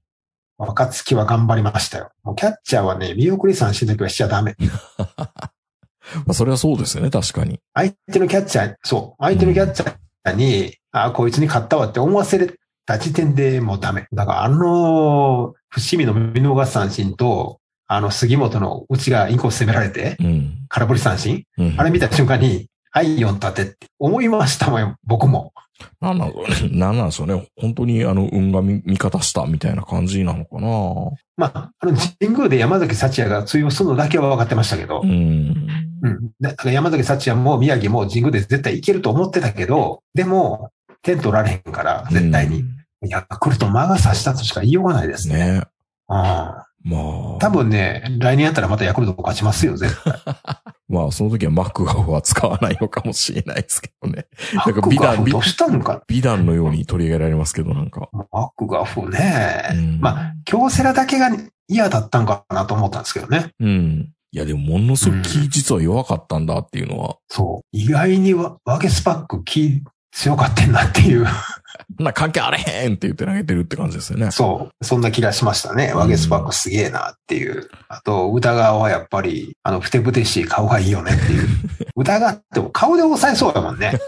Speaker 3: 若月は頑張りましたよ。もうキャッチャーはね、見送り三振だけはしちゃダメ。
Speaker 2: まあ、それはそうですよね、確かに。
Speaker 3: 相手のキャッチャー、そう、相手のキャッチャーに、ああ、こいつに勝ったわって思わせれた時点でもうダメ。だからあの、伏見の見逃し三振と、あの、杉本の内がインコース攻められて、
Speaker 2: うん。
Speaker 3: 空振り三振
Speaker 2: うん、
Speaker 3: あれ見た瞬間に、アイオン立てって思いましたもん、僕も。
Speaker 2: なんなん、なんなんでしょうね。本当に、あの、運が味味方したみたいな感じなのかな
Speaker 3: まあ、あの、神宮で山崎幸也が通用するのだけは分かってましたけど、
Speaker 2: うん。
Speaker 3: うん。だから山崎幸也も宮城も神宮で絶対いけると思ってたけど、でも、点取られへんから、絶対に。いや、ヤクルト間が差したとしか言いようがないですね。
Speaker 2: ね。
Speaker 3: あ
Speaker 2: まあ。
Speaker 3: 多分ね、来年あったらまたヤクルト勝ちますよ、絶対。
Speaker 2: まあ、その時はマクガフは使わないのかもしれないですけどね。
Speaker 3: マ
Speaker 2: なんか
Speaker 3: ッ
Speaker 2: 美
Speaker 3: クガ
Speaker 2: 談
Speaker 3: フどうしたのか。
Speaker 2: 美談のように取り上げられますけど、なんか。
Speaker 3: マックガフ
Speaker 2: う
Speaker 3: ね。
Speaker 2: ん、
Speaker 3: まあ、京セラだけが嫌だったんかなと思ったんですけどね。
Speaker 2: うん。いや、でも、ものすごく気実は弱かったんだっていうのは、
Speaker 3: そう。意外にわワゲスパック気強かってんなって [LAUGHS] いう。
Speaker 2: そんな関係あれへんって言って投げてるって感じですよね。
Speaker 3: そう。そんな気がしましたね。ワゲスパックすげえなっていう。あと、歌川はやっぱり、あの、ふてぶてしい顔がいいよねって [LAUGHS] いう。歌川っても顔で抑えそうやもん [LAUGHS] ね。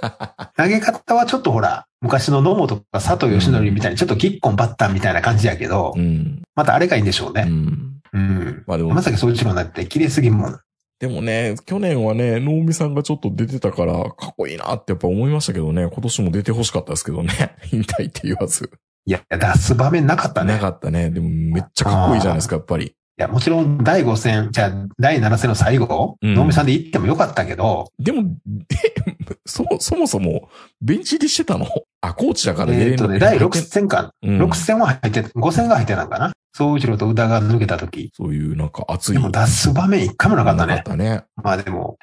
Speaker 3: 投げ方はちょっとほら、昔の野本とか佐藤義則みたいにちょっとキッコンバッターみたいな感じやけど
Speaker 2: う、ん。
Speaker 3: またあれがいいんでしょう
Speaker 2: う
Speaker 3: ね。
Speaker 2: ん。
Speaker 3: うん。
Speaker 2: まあでも
Speaker 3: ま、さきそう一郎なんて綺麗すぎんもん。
Speaker 2: でもね、去年はね、能見さんがちょっと出てたから、かっこいいなってやっぱ思いましたけどね、今年も出てほしかったですけどね、 [LAUGHS] 引退って言わず。
Speaker 3: いや、出す場面なかったね。
Speaker 2: なかったね。でも、めっちゃかっこいいじゃないですか、やっぱり。
Speaker 3: いや、もちろん第5戦、じゃあ第7戦の最後、
Speaker 2: うん
Speaker 3: 能見さんで行ってもよかったけど、
Speaker 2: でも、 [LAUGHS] えそも、そもそも、ベンチ入りしてたのあ、コーチだから出
Speaker 3: え
Speaker 2: れ
Speaker 3: っとね、第6戦か、
Speaker 2: うん
Speaker 3: 6戦は入って、5戦が入ってたのかな総一郎と宇田が抜けた時
Speaker 2: そういうなんか熱い。
Speaker 3: でも出す場面一回もなかった
Speaker 2: な
Speaker 3: ね。
Speaker 2: ね
Speaker 3: まあでも、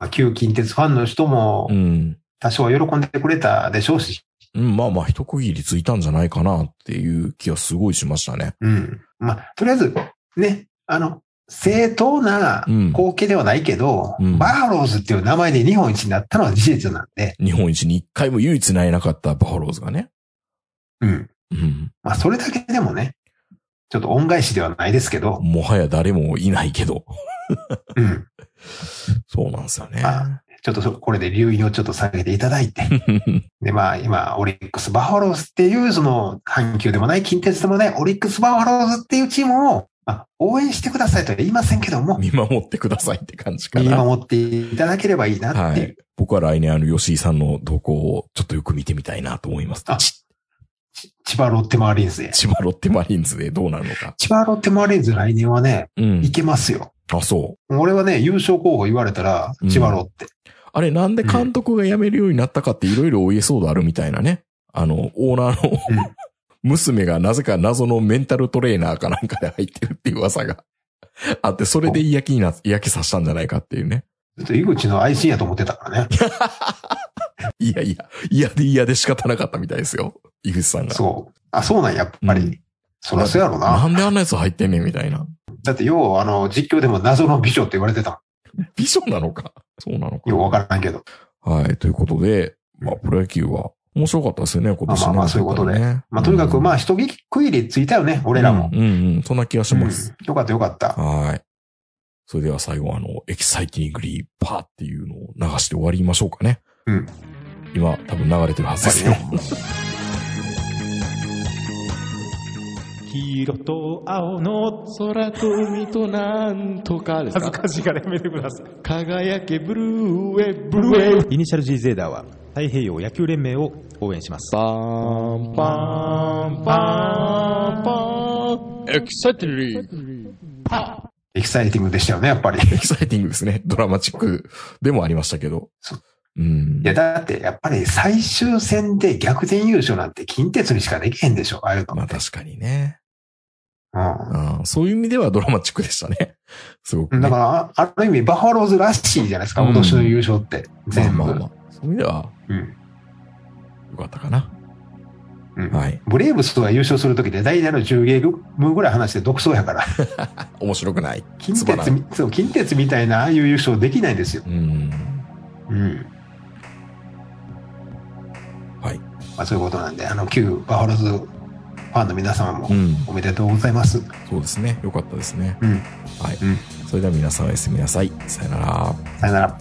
Speaker 3: まあ、旧近鉄ファンの人も
Speaker 2: うん。
Speaker 3: 多少は喜んでくれたでしょうし、
Speaker 2: うん、まあまあ、一区切りついたんじゃないかなっていう気はすごいしましたね。
Speaker 3: うん。まあ、とりあえず、ね、あの、正当な
Speaker 2: うん
Speaker 3: 光景ではないけど、
Speaker 2: うん
Speaker 3: バファローズっていう名前で日本一になったのは事実なんで、
Speaker 2: 日本一に一回も唯一なれなかったバファローズがね。
Speaker 3: うん。
Speaker 2: うん。
Speaker 3: まあ、それだけでもね、ちょっと恩返しではないですけど、
Speaker 2: もはや誰もいないけど。
Speaker 3: うん。
Speaker 2: そうなんですよね。
Speaker 3: あちょっとそこれで留飲をちょっと下げていただいて、で、まあ今、オリックス・バファローズっていう、その、阪急でもない、近鉄でもない、オリックス・バファローズっていうチームを、まあ、応援してくださいとは言いませんけど
Speaker 2: [LAUGHS]
Speaker 3: も、
Speaker 2: 見守ってくださいって感じか
Speaker 3: 見
Speaker 2: な。
Speaker 3: 守っていただければいいなっ
Speaker 2: は
Speaker 3: ていう。
Speaker 2: い。僕は来年あの、吉井さんの動向をちょっとよく見てみたいなと思います。
Speaker 3: あ
Speaker 2: ち
Speaker 3: 千葉ロッテマリーンズで。
Speaker 2: 千葉ロッテマリーンズでどうなるのか。
Speaker 3: 千葉ロッテマリーンズ来年はね、
Speaker 2: うん
Speaker 3: い。けますよ。
Speaker 2: あ、そう。
Speaker 3: 俺はね、優勝候補言われたら
Speaker 2: うん、
Speaker 3: 千葉ロッテ。
Speaker 2: あれ、なんで監督が辞めるようになったかっていろいろおエソードあるみたいなね。あの、オーナーの
Speaker 3: うん
Speaker 2: 娘がなぜか謎のメンタルトレーナーかなんかで入ってるっていう噂があって、それで嫌気にな、嫌気させたんじゃないかっていうね。
Speaker 3: ちょっと井口の愛心やと思ってたからね。
Speaker 2: いやいや、嫌で嫌で仕方なかったみたいですよ。井口さんが。
Speaker 3: そう。あ、そうなんやっぱり。
Speaker 2: うん
Speaker 3: そらそうやろ
Speaker 2: な
Speaker 3: な。
Speaker 2: んであんなやつ入ってんねんみたいな。
Speaker 3: だって、要は、あの、実況でも謎の美女って言われてたも
Speaker 2: 美女なのか。そうなの
Speaker 3: ん。よくわ
Speaker 2: か。
Speaker 3: からないけど。
Speaker 2: はい、ということで、まあ、プロ野球は面白かったですよね、今年ね
Speaker 3: まあまあまあそういうことで
Speaker 2: ね
Speaker 3: まあ、とにかく、ま
Speaker 2: あ、
Speaker 3: あ、一区切りついたよね、俺らも。
Speaker 2: うんうんうん、そんな気がします。
Speaker 3: うんよかったよかった。
Speaker 2: はい。それでは最後、あの、エキサイティングリーパーっていうのを流して終わりましょうかね。
Speaker 3: うん。
Speaker 2: 今、多分流れてるはずですよ。
Speaker 4: 黄色と青の
Speaker 5: 空と海となんとかです
Speaker 4: 恥ず
Speaker 5: か
Speaker 4: かしいからやめてください。
Speaker 5: 輝けブルーウェイブルーウェイ
Speaker 4: イニシャル G ゼーダーは太平洋野球連盟を応援します。
Speaker 5: バーンバーンバーンバーンエキサイティングリー
Speaker 3: エキサイティングでしたよね、やっぱり。
Speaker 2: エキサイティングですね。ドラマチックでもありましたけど
Speaker 3: そう。
Speaker 2: うん
Speaker 3: い。や、だって、やっぱり最終戦で逆転優勝なんて近鉄にしかできへんでしょ、ああいうの。
Speaker 2: まあ確かにね。
Speaker 3: う
Speaker 2: あーそういう意味ではドラマチックでしたね。 [LAUGHS] すごく、
Speaker 3: ん。
Speaker 2: ね。
Speaker 3: だから、あある意味、バファローズらしいじゃないですか、
Speaker 2: うん
Speaker 3: 今年の優勝って。全部。
Speaker 2: まあまあまあ。そういう意味では、
Speaker 3: うん。
Speaker 2: よかったかな。
Speaker 3: うん
Speaker 2: はい。
Speaker 3: ブレーブスとは優勝するときで、代打の10ゲームぐらい話して独走やから。
Speaker 2: 面白くない。
Speaker 3: 近
Speaker 2: つまら
Speaker 3: 鉄み、そう、近鉄みたいな、ああいう優勝できないんですよ。
Speaker 2: うん。
Speaker 3: うん。
Speaker 2: はい。
Speaker 3: まあ、そういうことなんで、あの、旧バファローズファンの皆様も
Speaker 2: うん。
Speaker 3: おめでとうございます。
Speaker 2: そうですね。よかったですね。
Speaker 3: うん
Speaker 2: はい。
Speaker 3: うん
Speaker 2: そそれでは皆さんおやすみなさい。さよなら。
Speaker 3: さよなら。